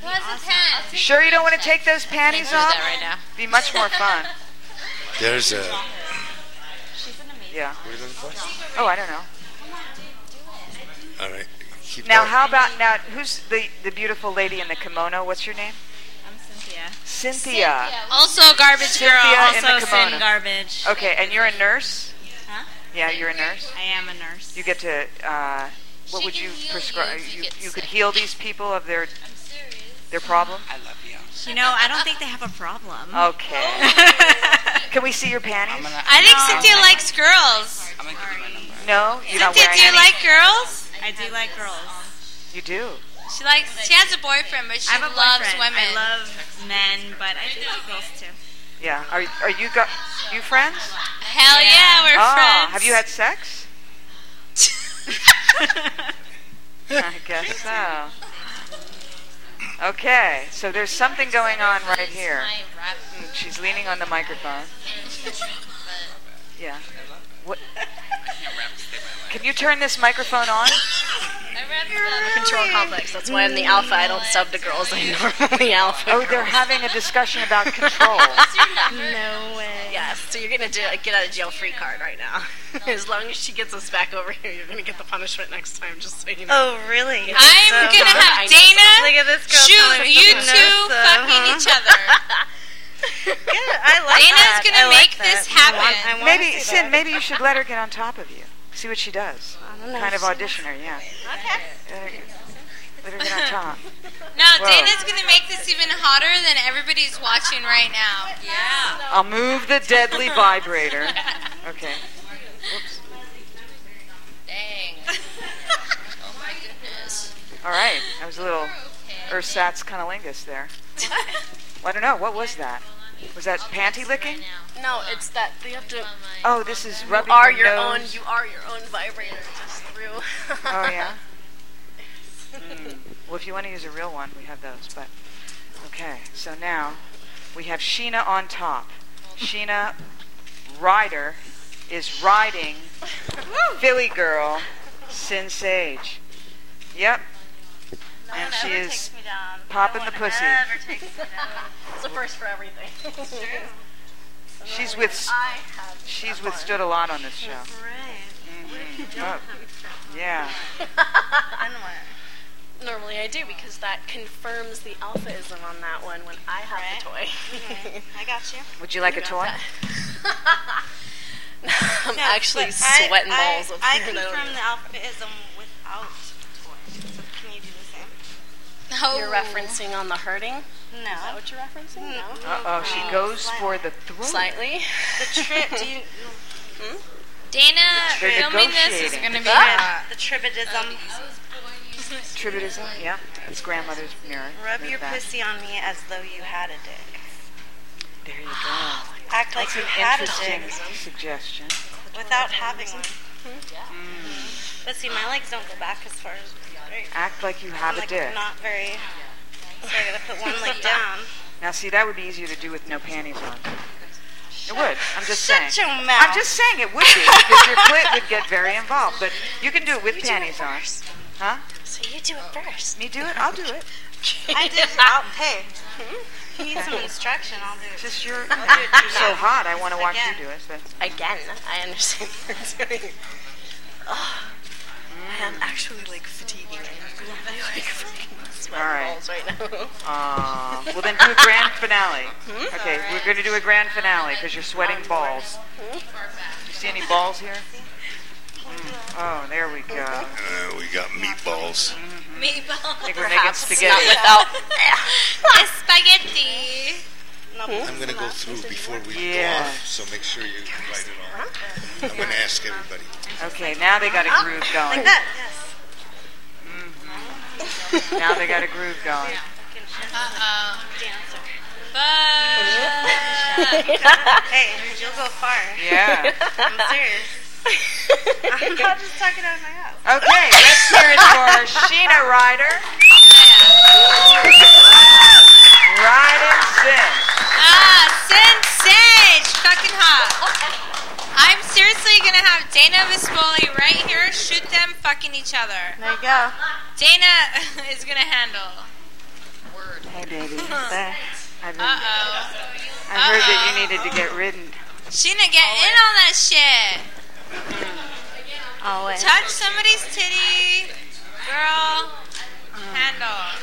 Who has a pen?
Sure, you don't want to take those panties
I'll
off?
do that right now.
Be much more fun.
There's a.
Yeah.
What are you going for?
Oh, I don't know.
All right. Keep
Now,
going.
how about now? Who's the the beautiful lady in the kimono? What's your name?
I'm Cynthia.
Cynthia.
Also garbage
Cynthia
girl.
in the
Also
kimono.
sin
garbage.
Okay, and you're a nurse.
Huh?
Yeah, you're a nurse.
I am a nurse.
You get to. Uh, what would you prescribe? You, you, could heal these people of their their problem.
I love you.
You know, I don't think they have a problem.
Okay. Can we see your panties?
Oh. I think Cynthia likes girls.
No, you're not
Cynthia,
wearing
do you
any.
like girls?
I do like girls.
You do.
She likes. She has a boyfriend, but she
I have a
loves
boyfriend.
women.
I love men, but I do like girls too.
Yeah. Are are you go- you friends?
Hell yeah, we're
Ah,
friends.
Have you had sex? I guess so. Okay, so there's something going on right here. Mm, She's leaning on the microphone. Yeah. What? Can you turn this microphone on?
I'm a control complex. That's why I'm the alpha. I don't sub to girls. I'm normally alpha.
Oh, they're having a discussion about control.
no way. Yes. So you're gonna do, get out of jail free card right now. as long as she gets us back over here, you're gonna get the punishment next time. Just so you know.
Oh, really?
I'm
So-
gonna have
I know
Dana
some. Look at this girl
shoot
telling us
you
some
two
notes, uh,
fucking
huh?
each other.
Good. I like
Dana's
that.
gonna
I like
make
that.
this happen.
I want, I want
Maybe, Sin, maybe you should let her get on top of you. See what she does.
don't know
Kind
if
of
she
audition her, yeah.
Okay.
Let her, let her get on top.
No,
Whoa.
Dana's gonna make this even hotter than everybody's watching right now. Yeah.
I'll move the deadly vibrator. Okay.
Dang. oh my goodness.
All right. I was a little ersatz cunnilingus there. I don't know. What was that? Was that panty licking?
No, it's that you have to.
Oh, this is rubbing
you are
your
your own.
nose.
You are your own vibrator. Just through.
Oh, yeah? Mm. Well, if you want to use a real one, we have those. But okay, so now we have Sheena on top. Sheena Ryder is riding Philly girl Sin Sage. Yep. And she is popping the pussy.
it's a first for everything.
She's with s-
I have
she's withstood a lot on this show. Oh, yeah.
I don't Normally I do because that confirms the alphaism on that one when I have the toy. I got you.
Would you like a toy?
I'm actually
but I-
sweating
I-
balls up
I,
here. and
confirm
don't-
the alphabism without toys. So can you do the same?
You're referencing on the hurting? No. Is that what you're referencing? No.
Uh oh, she goes for the throat.
Slightly. Hmm?
The trip. Do you?
Dana
They're
filming this is
negotiating.
gonna be
Ah.
hot.
The tribidism.
Tributism, yeah. It's grandmother's mirror.
Rub
Move
your
back.
pussy on me as though you had a dick.
There you go.
Act like
That's
you
an
had a
interesting
dick
suggestion.
without having one.
Hmm?
Hmm.
But see, my legs don't go back as far as.
Act like you have
I'm
a
like,
dick.
Not very. So I gotta put one leg down.
Now, see, that would be easier to do with no panties on. It would. I'm just
Shut
saying.
your mouth.
I'm just saying it would be because your clit would get very involved. But you can do it with panties on. Huh?
So you do it first.
Me do it? I'll do it.
I did. I'll pay. You need some instruction. I'll do it.
Just your.
I'll do it
You're so hot. I want to watch
Again.
you do it. But
Again, I understand what you're doing. Oh, I'm actually like fatiguing. I'm
Mm-hmm.
like freaking sweating
All right.
balls right now.
Aw. well, then do a grand finale.
Hmm?
Okay, we're going to do a grand finale because you're sweating balls. You see any balls here? Mm. Oh, there we go.
Uh, we got meatballs.
Meatballs.
think we're making Perhaps spaghetti. not
It's spaghetti.
I'm going to go through before we
Yeah.
go off, so make sure you write it all. I'm going to ask everybody.
Okay, now they got a groove going.
Like that. Yes.
Now they got a groove going.
Uh oh.
Dancer.
hey,
you'll go far.
Yeah.
I'm serious. I'm not just talking out of my ass.
Okay, let's hear it for Sheena Ryder. Ryder Sin.
Ah, Sin Sage. Fucking hot. I'm seriously gonna have Dana Vispoli right here shoot them fucking each other.
There you go.
Dana is gonna handle.
Hey, baby.
There.
I've been-
Uh oh.
I heard that you needed to get ridden.
Sheena, get in on that shit.
Always.
Touch somebody's titty, girl. Handle.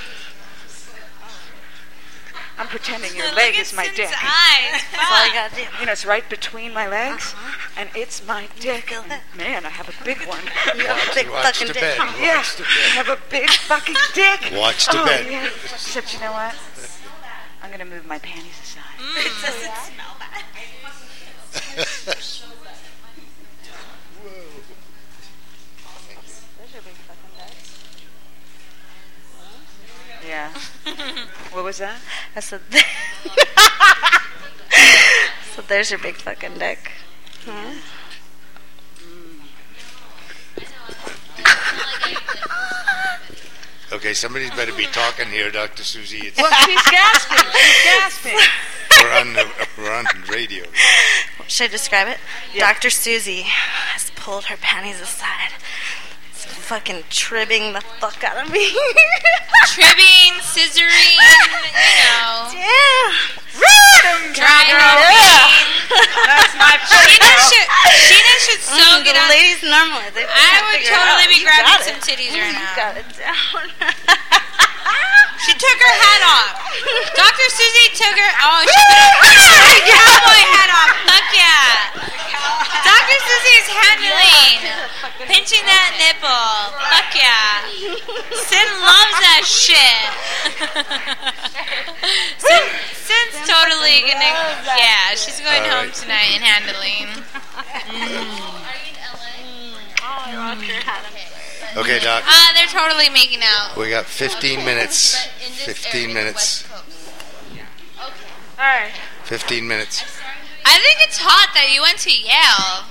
I'm pretending your
Look
leg
at
is my
Sin's
dick.
eyes. Fuck.
You know, it's right between my legs,
Uh-huh.
and it's my dick. And man, I have a big one.
You have a
Watch-
big
watch
fucking
the
dick.
bed, watch
Yeah,
the
I have a big fucking dick.
Watch the
oh,
bed.
Yeah. Except you know what? I'm gonna move my panties aside.
Mm. It doesn't smell bad. Those are big fucking dicks.
Yeah. what was that?
I said,
there's your big fucking dick.
Hmm?
Huh?
Okay, somebody's better be talking here, Dr. Susie. It's,
Well, she's gasping. She's gasping.
we're, on the, we're on radio.
Should I describe it? Dr. Susie has pulled her panties aside. It's fucking tribbing the fuck out of me.
Tribbing, scissoring, you know.
Yeah.
Random dry That's my Sheena should, Sheena should so
Mm,
get
the
on.
ladies normally. They
I
can't
would
figure it
totally
out.
be
You
grabbing
got it.
some titties
You
right now.
got it down.
She took her hat off. Dr. Susie took her. Oh, she took her cowboy hat off. Fuck yeah. Dr. Susie's handling. Pinching that nipple. Fuck yeah. Sin loves that shit. Sin, Sin's
Mm.
totally gonna. Yeah, she's going
All
home
right.
tonight and handling.
Okay, Doc.
Uh, they're totally making out.
We got 15 minutes. 15 minutes.
All right.
15 minutes.
I think it's hot that you went to Yale.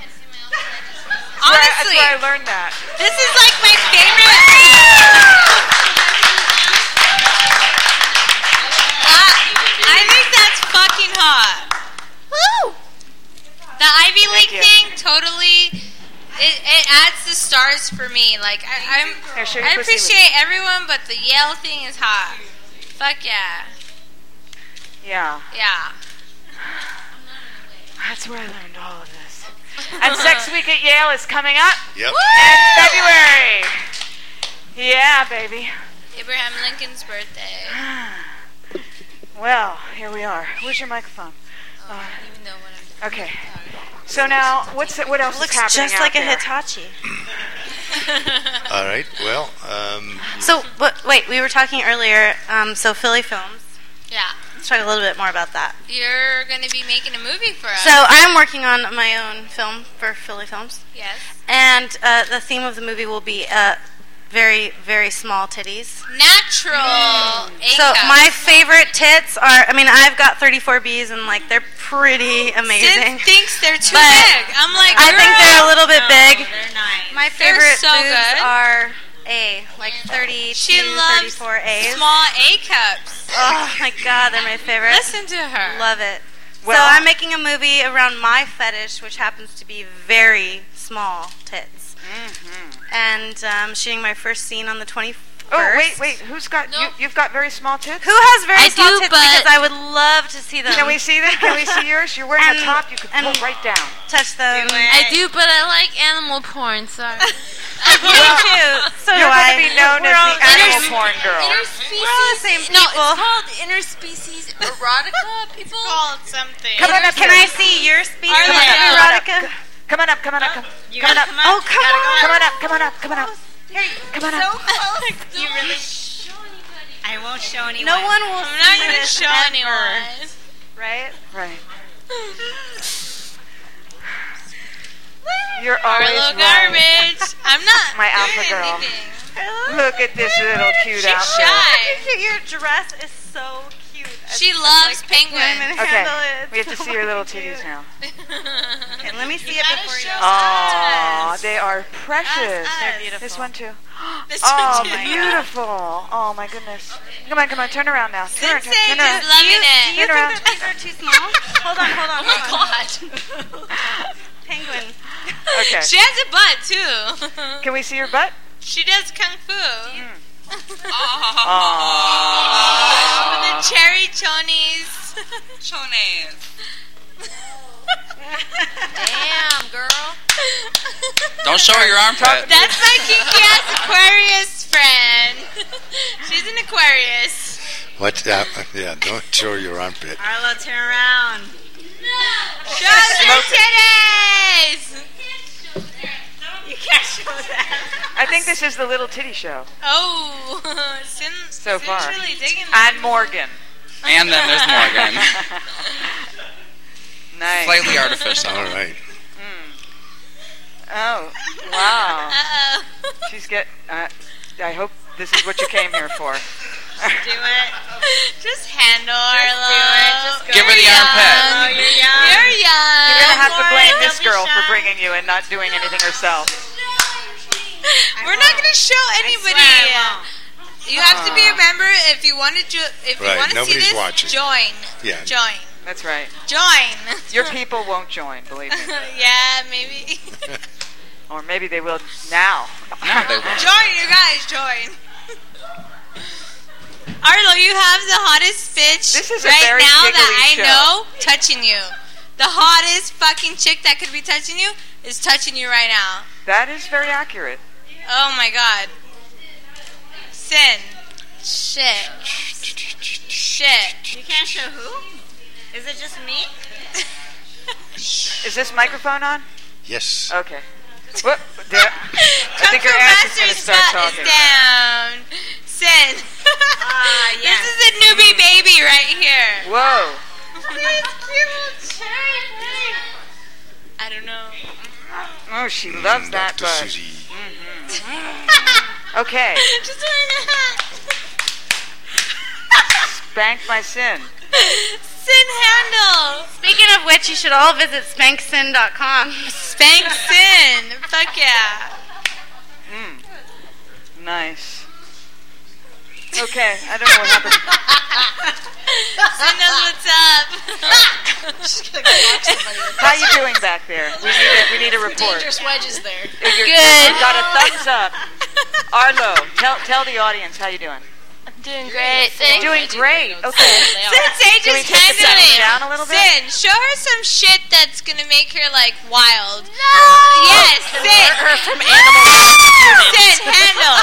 That's
Honestly,
where I learned that.
this is like my favorite. Uh, I think that's fucking hot. Woo! The Ivy League
you.
thing totally. It, it adds the stars for me. Like I, I'm,
Here, share your
I
pussy with
appreciate everyone, but the Yale thing is hot. Fuck yeah,
Yeah.
yeah.
That's where I learned all of this. And Sex Week at Yale is coming up
Yep.
in February. Yeah, baby.
Abraham Lincoln's birthday.
Well, here we are. Where's your microphone?
Oh,
Uh,
Even though when I'm
okay. So now, what's what else
Looks
is happening
just
out
like a
there?
Hitachi.
All right. Well, um,
So, but wait, we were talking earlier. Um, so Philly Films.
Yeah.
Let's talk a little bit more about that.
You're going to be making a movie for us.
So I'm working on my own film for Philly Films,
Yes.
and uh, the theme of the movie will be uh, very, very small titties.
Natural.
So my favorite tits are. I mean, I've got 34 Bs, and like they're pretty amazing.
thinks they're too
But
big. I'm like,
I think they're a
girl.
little bit big. My
They're
favorite
so
boobs
good.
are A, like 32,
She loves
34 A's.
small A cups.
Oh my god, they're my favorite.
Listen to her.
Love it.
Well-
so I'm making a movie around my fetish, which happens to be very small tits, and um, shooting my first scene on the 21st.
Oh wait, wait. Who's got you? You've got very small tits.
Who has very
I
small
do,
tits?
but-
Because I would love to see them.
Can we see them? Can we see yours? You're wearing a
And-
top. You could pull
and-
right down.
Touch them.
I do, but I like animal porn, sorry.
Me too. So
You're
do
gonna
I.
be known as
We're all
the animal
inters-
porn girl.
Interspecies.
We're all the same
No,
people.
it's called interspecies erotica, people.
called something.
Come on up
Can
here.
I see your speech?
Come on up.
Erotica.
Come on up. Come on up. Come, come on up.
come up. Oh, come on.
Come on up. Come on up. Come on up. Come on up.
you really. I won't show anyone.
No one will.
I'm not
see
going to
this
show
ever.
anyone.
Right?
Right. You're always
Arlo
right.
garbage. I'm not
My alpha
doing
girl.
anything.
Look at this little cute
She's
outfit.
shy.
Your dress is so cute.
She loves penguins.
Okay, we have to see your little titties now.
Okay, let me see it before you.
Oh, they are precious.
They're beautiful.
This one too.
This
Oh,
one too.
beautiful. Oh my goodness. Come on, come on, turn around now. Turn, around, turn, turn around.
Just loving
Do you
it.
think
around.
their titties are too small? Hold on, hold on.
Oh my
hold on. Penguin.
Okay.
She has a butt too.
Can we see your butt?
She does kung fu.
Oh.
With the cherry chonies.
Chonies.
Damn, girl.
Don't show her your armpit.
That's my kinky ass Aquarius friend. She's an Aquarius.
what? Uh, yeah, don't show your armpit.
Arlo, turn around.
Show your titties.
You can't show that.
I think this is the little titty show
Oh, Sin,
so
Sin's
far.
really digging
And Morgan.
And then there's Morgan.
nice.
Slightly artificial.
All right.
Oh, wow.
Uh
She's get. Uh, I hope this is what you came here for.
Do it.
Just handle her,
Just do it. Just go.
Give her the
You're
armpit.
young. Oh, you're young.
You're
have to blame this girl for bringing you and not doing anything herself.
We're not going to show anybody. You have to be a
Aw.
member if you want to. Jo- if
Right,
you want to see
nobody's
this,
watching.
join.
Yeah.
Join.
That's right.
Join.
Your people won't join, believe me.
yeah, maybe.
Or maybe they will now.
join, you guys, join. Arlo, you have the hottest bitch
This is a
right
very
now that I
giggly show.
know touching you. The hottest fucking chick that could be touching you is touching you right now.
That is very accurate.
Oh my god. Sin. Shit. Shit.
You can't show who? Is it just me?
Is this microphone on?
Yes.
Okay. Whoop, there- I think your ass is going to start talking.
Down. Sin.
yeah.
This is a newbie baby right here.
Whoa.
I don't know.
Oh, she loves that
Dr.
bud.
Susie.
Mm-hmm. Okay.
Just wearing a hat.
Spank my sin.
Sin handle.
Speaking of which, you should all visit spanksin.com.
Spank sin. Fuck yeah.
Mm. Nice. Okay, I don't know what happened.
Sin knows what's up.
How you doing back there? We need a, we need a report.
Dangerous wedges there.
If you're-
Good.
You got a thumbs up. Arlo, tell tell the audience how you doing.
I'm doing great.
You're doing great. Okay.
Since age
Can we
is
take the sound
handling.
down a little bit?
Sin, show her some shit that's gonna make her like wild. No. Yes, Sin. her from animal Sin, handle.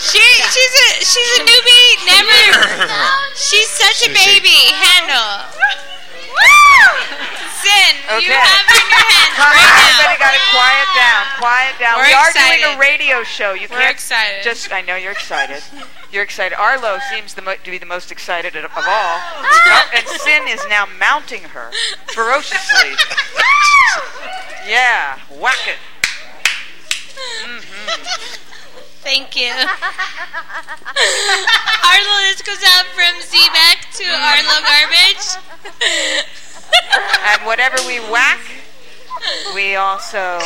She she's a she's a newbie. Never. She's such a
Susie.
baby. Handle. Sin, you
Okay.
have her in your hands
Come on,
right now.
everybody got to quiet down. Quiet down.
We're
we are doing a
excited.
radio show. You
We're
can't
excited.
Just I know you're excited. You're excited. Arlo seems the mo- to be the most excited of, of all,
Oh.
Ah! and Sin is now mounting her ferociously. yeah, whack it.
Thank you. Arlo, this goes out from Z-Back to Arlo Garbage.
And whatever we whack, we also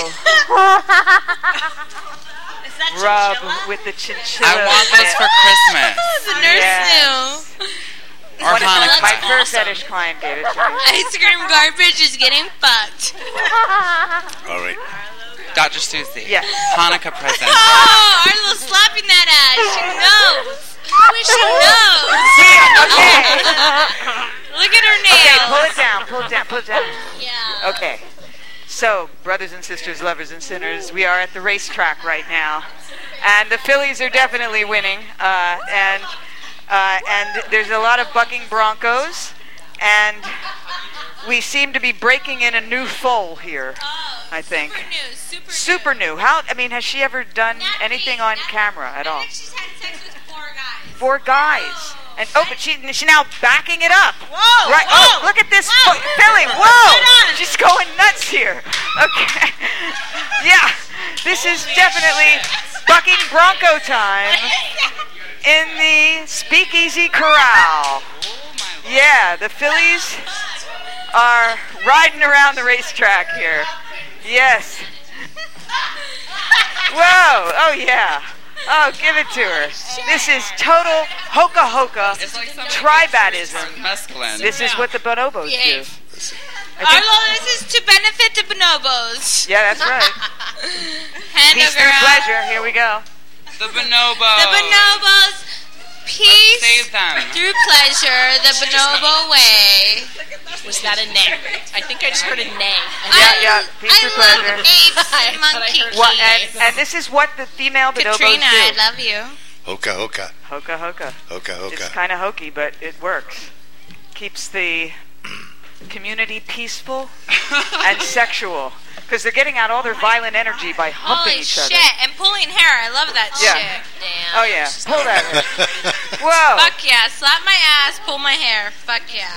rub with the chinchilla.
I want those
bit.
for Christmas.
the nurse
Yes.
knew.
Or
One of my-
Hanukkah.
My first fetish client gave it to me.
Ice cream garbage is getting fucked.
All right.
Dr. Susie.
Yes.
Hanukkah present.
Oh, Arlo's slapping that ass. She knows. She knows. Look at her nails.
Okay, pull it down, pull it down, pull it down. Yeah. Okay. So, brothers and sisters, lovers and sinners, we are at the racetrack right now, and the Phillies are definitely winning. Uh, and uh, and there's a lot of bucking Broncos, and we seem to be breaking in a new foal here. I think. Super
Oh, new, super,
new. How? I mean, has she ever done anything on camera at all?
She's had sex with four guys.
Four guys. And oh, but she she's now backing it up.
Whoa!
Right.
Whoa!
Oh, look at this fo- Philly. Whoa! She's going nuts here. Okay. yeah. This is definitely bucking Bronco time in the Speakeasy Corral. Yeah, the Phillies are riding around the racetrack here. Yes. Whoa! Oh yeah. Oh, give it to her. This is total hoka hoka tribatism.
masculine.
This is what the bonobos do.
Behave. Arlo, this is to benefit the bonobos.
Yeah, that's right.
Hand
Peace
over
through
out.
pleasure. Here we go.
The bonobos.
The bonobos. Peace through pleasure, the bonobo way.
Was that a nay? I think I just heard a nay.
Yeah, yeah. Peace through pleasure.
Apes, monkey.
What, and, and this is what the female bonobos
Katrina,
do.
I love you.
Hoka hoka.
Hoka hoka.
Hoka
It's
hoka.
kind of hokey, but it works. Keeps the community peaceful and sexual because they're getting out all their violent energy by humping
Holy
each
shit.
other.
And pulling hair. I love that
Yeah.
shit.
Oh yeah, pull that. hair. Whoa.
Fuck yeah. Slap my ass, pull my hair. Fuck yeah.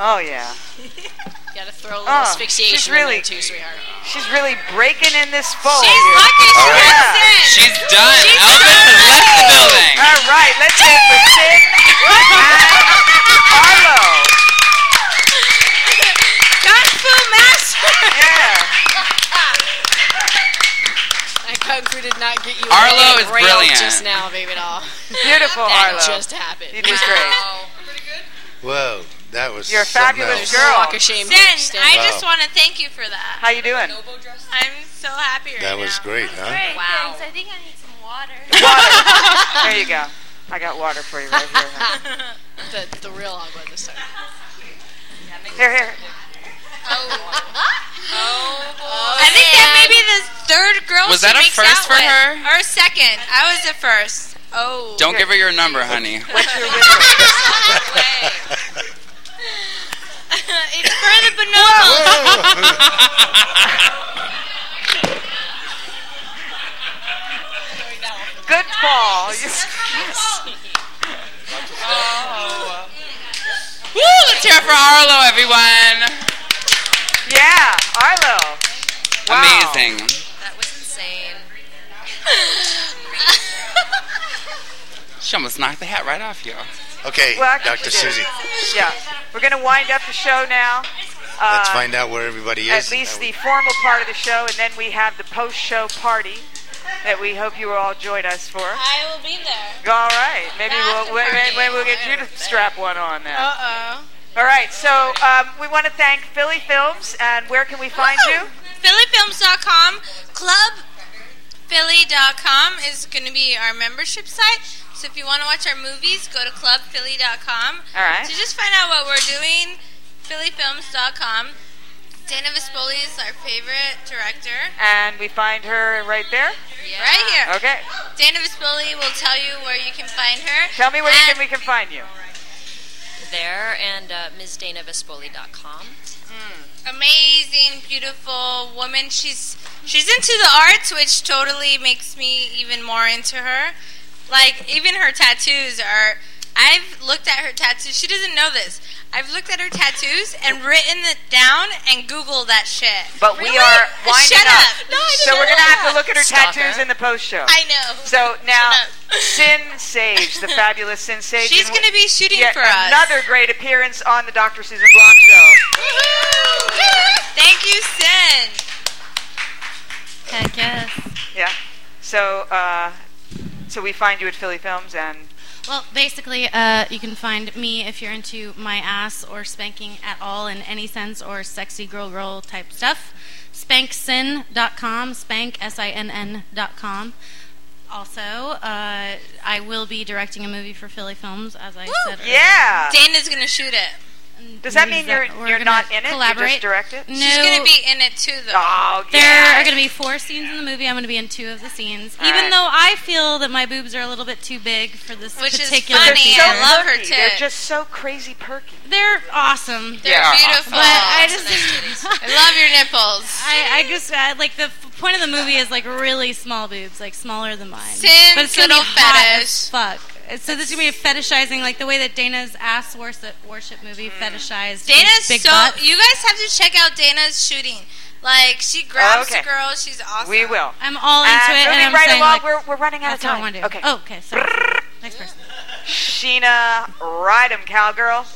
Oh yeah.
Gotta throw a little
Oh,
asphyxiation
she's really-
in there too, sweetheart.
She's really breaking in this fold.
She's
here.
fucking
All right.
She's done. Elvis has left the building.
All right, let's hear it for Sid and Arlo.
Kung Fu Master.
Yeah.
get you
Arlo
a
is
rail
brilliant.
just now, baby doll.
Beautiful,
that
Arlo.
just happened.
You did great.
Oh.
Whoa, that was
You're a
something
fabulous
else.
girl.
Walk of shame.
Zen,
Stand
I
up.
just want to thank you for that.
How you doing?
I'm so happy right
That was
now.
great, huh?
Wow. I think I need some water.
There you go. I got water for you right here. honey.
the, the real agua this time.
Here, here.
Oh boy. I think that may be the third girl
Was
she
that a
makes
first
out
for
with.
her?
Or second. I was the first. Oh.
Don't give her your number, honey.
What's your It's for the bonobos.
Good ball. You-
Oh. Woo! Let's hear it for Arlo, everyone.
Yeah, Arlo. Wow.
Amazing.
That was insane.
She almost knocked the hat right off you.
Okay,
Well, actually,
Dr.
she did.
Susie,
Yeah. We're going to wind up the show now. Uh,
let's find out where everybody is.
At least the formal part of the show, and then we have the post-show party that we hope you will all join us for.
I will be there.
All right. Maybe
The
we'll,
after
when,
party.
when we'll get you to strap one on then.
Uh oh.
All right. So um, we want to thank Philly Films, and where can we find you?
PhillyFilms.com, ClubPhilly.com is going to be our membership site. So if you want to watch our movies, go to ClubPhilly.com.
All right.
To just find out what we're doing, PhillyFilms.com. Dana Vespoli is our favorite director.
And we find her right there.
Right here.
Okay.
Dana Vespoli will tell you where you can find her.
Tell me
Uh,
where you can, we can find you.
There and uh, MsDanaVespoli.com.
Mm, amazing, beautiful woman. She's she's into the arts, which totally makes me even more into her. Like even her tattoos are. I've looked at her tattoos. She doesn't know this. I've looked at her tattoos and written it down and Googled that shit.
But we are winding
Shut
up.
up. No, I
so
didn't
we're
know
gonna have
that.
to look at her
Stalker.
tattoos in the post show.
I know.
So now, Sin Sage, the fabulous Sin Sage.
She's
and we-
gonna be shooting
yet
for us.
Another great appearance on the Dr. Susan Block show.
Thank you, Sin.
Heck yes.
Yeah. So, uh, so we find you at Philly Films, and
Well, basically, uh, you can find me if you're into my ass or spanking at all in any sense or sexy girl girl type stuff. Spanksin.com, spank, S I N N.com. Also, uh, I will be directing a movie for Philly Films, as I said earlier.
yeah.
Dana's gonna shoot it.
does that
movies
mean you're
that we're
you're
gonna
not in it? You
collaborate.
just direct it?
No.
She's gonna be in it too, though.
Oh,
There
yeah.
are going to be four scenes in the movie. I'm going to be in two of the scenes,
All
even
right.
though I feel that my boobs are a little bit too big for this
Which is
particular.
funny,
scene.
I love her
They're
tits.
just so crazy perky.
They're awesome.
They're Yeah. beautiful.
But I
Lots of
just
I love your nipples.
I, I just I, like the f- point of the movie is like really small boobs, like smaller than mine.
Sin's
but it's gonna be
little
hot
fetish.
as fuck. So this is gonna be fetishizing like the way that Dana's ass worship, worship movie
Mm.
fetishized. these
Dana's
big
so.
butts.
You guys have to check out Dana's shooting. Like she grabs
Okay.
the girl. She's awesome.
We will.
I'm all into
And
it,
moving
and I'm
right
saying
along,
like,
we're, we're running out of
that's what I
time.
wanna do.
Okay.
Oh, okay. Sorry. Next person.
Sheena Ryder, cowgirl.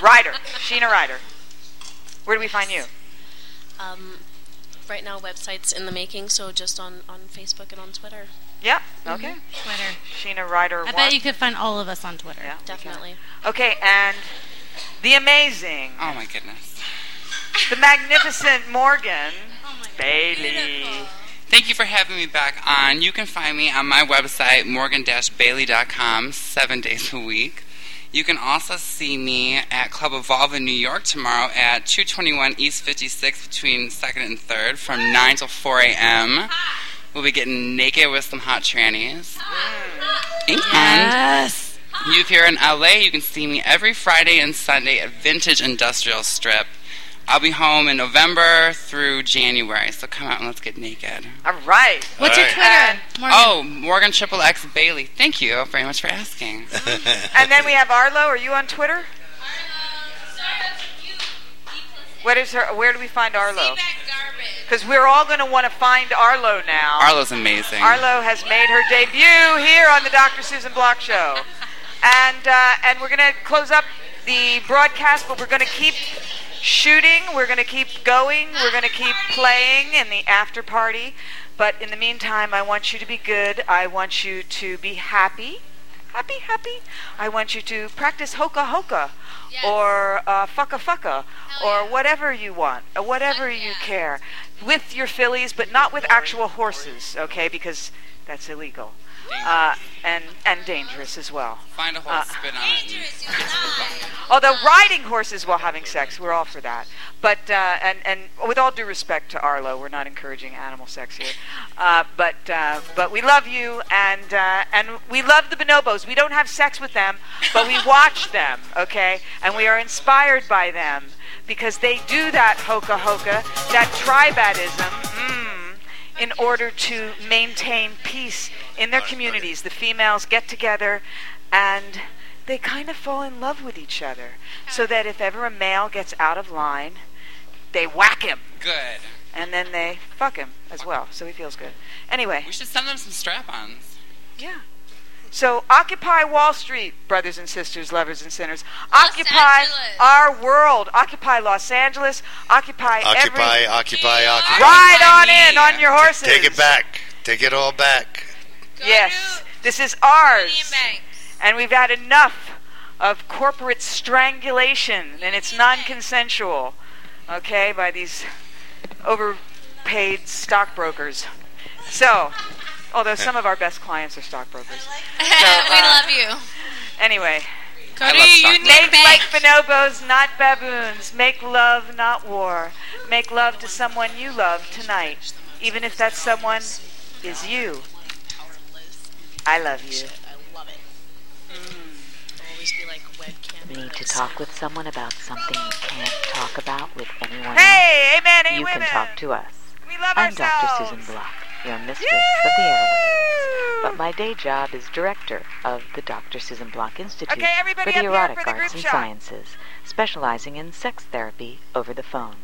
Ryder. Sheena Ryder. Where do we find you?
Um, right now, website's in the making, so just on, on Facebook and on Twitter.
Yep. Okay.
Mm-hmm. Twitter.
Sheena Ryder.
I
one.
bet you could find all of us on Twitter. Yeah,
definitely.
Okay, and the amazing,
Oh my goodness.
the magnificent Morgan Bailey.
Thank you for having me back on. You can find me on my website, morgan-bailey.com, seven days a week. You can also see me at Club Evolve in New York tomorrow at 221 East 56 between 2nd and 3rd from 9 till 4 a.m. We'll be getting naked with some hot trannies. And
yes.
if you're in LA, you can see me every Friday and Sunday at Vintage Industrial Strip. I'll be home in November through January, so come out and let's get naked.
All right. Uh,
What's your All
And,
Oh, Morgan Triple X Bailey. Thank you very much for asking.
and then we have Arlo. Are you on Twitter? What is her? Where do we find Arlo? Because we're all going to want to find Arlo now.
Arlo's amazing.
Arlo has made her debut here on the Dr. Susan Block Show, and uh, and we're gonna close up the broadcast, but we're gonna keep shooting. We're gonna keep going. We're gonna keep playing in the after party. But in the meantime, I want you to be good. I want you to be happy. Happy, happy. I want you to practice hoka hoka or uh, fucka fucka or whatever you want, or whatever you care with your fillies, but not with actual horses, okay? Because that's illegal. Uh, and and dangerous as well.
Find a
Uh,
horse, spit on it.
Although riding horses while having sex, we're all for that. But uh, and and with all due respect to Arlo, we're not encouraging animal sex here. Uh, but uh, but we love you, and uh, and we love the bonobos. We don't have sex with them, but we watch them, okay? And we are inspired by them because they do that hoka hoka, that tribadism. Mm, in order to maintain peace in their communities. The females get together and they kind of fall in love with each other. So that if ever a male gets out of line, they whack him.
Good.
And then they fuck him as well. So he feels good. Anyway.
We should send them some strap-ons.
Yeah. So occupy Wall Street, brothers and sisters, lovers and sinners. occupy our world. Occupy Los Angeles. Occupy, every.
Occupy, occupy, occupy.
Ride on in on your horses.
Take it back. Take it all back.
Yes, this is ours. And we've had enough of corporate strangulation, and it's non consensual, okay, by these overpaid stockbrokers. So, although some of our best clients are stockbrokers.
we love you.
Anyway.
Cody, I love you need
Make like
banks.
bonobos, not baboons. Make love, not war. Make love to someone you love tonight, even if that someone is you. I love you.
I love it.
Mm-hmm.
I'll always be like webcam.
Need to talk with someone about something you can't talk about with anyone
Hey,
else.
amen, hey,
you
women.
can talk to us.
We love
I'm Dr.
ourselves.
Susan Block, your mistress of the airwaves. But my day job is director of the Dr. Susan Block Institute
Okay, everybody
for the
up here
Erotic
for the
Arts
group
and
shot.
Sciences, specializing in sex therapy over the phone.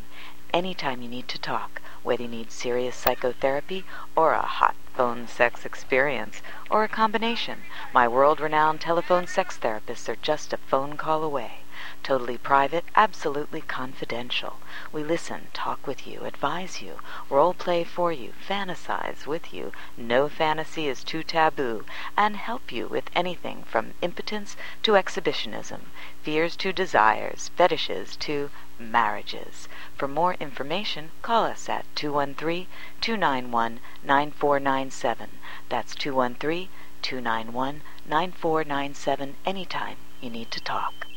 Anytime you need to talk, whether you need serious psychotherapy or a hot phone sex experience or a combination, my world renowned telephone sex therapists are just a phone call away. Totally private, absolutely confidential. We listen, talk with you, advise you, role play for you, fantasize with you. No fantasy is too taboo, and help you with anything from impotence to exhibitionism, fears to desires, fetishes to marriages. For more information, call us at 213 291 9497. That's 213 291 9497 anytime you need to talk.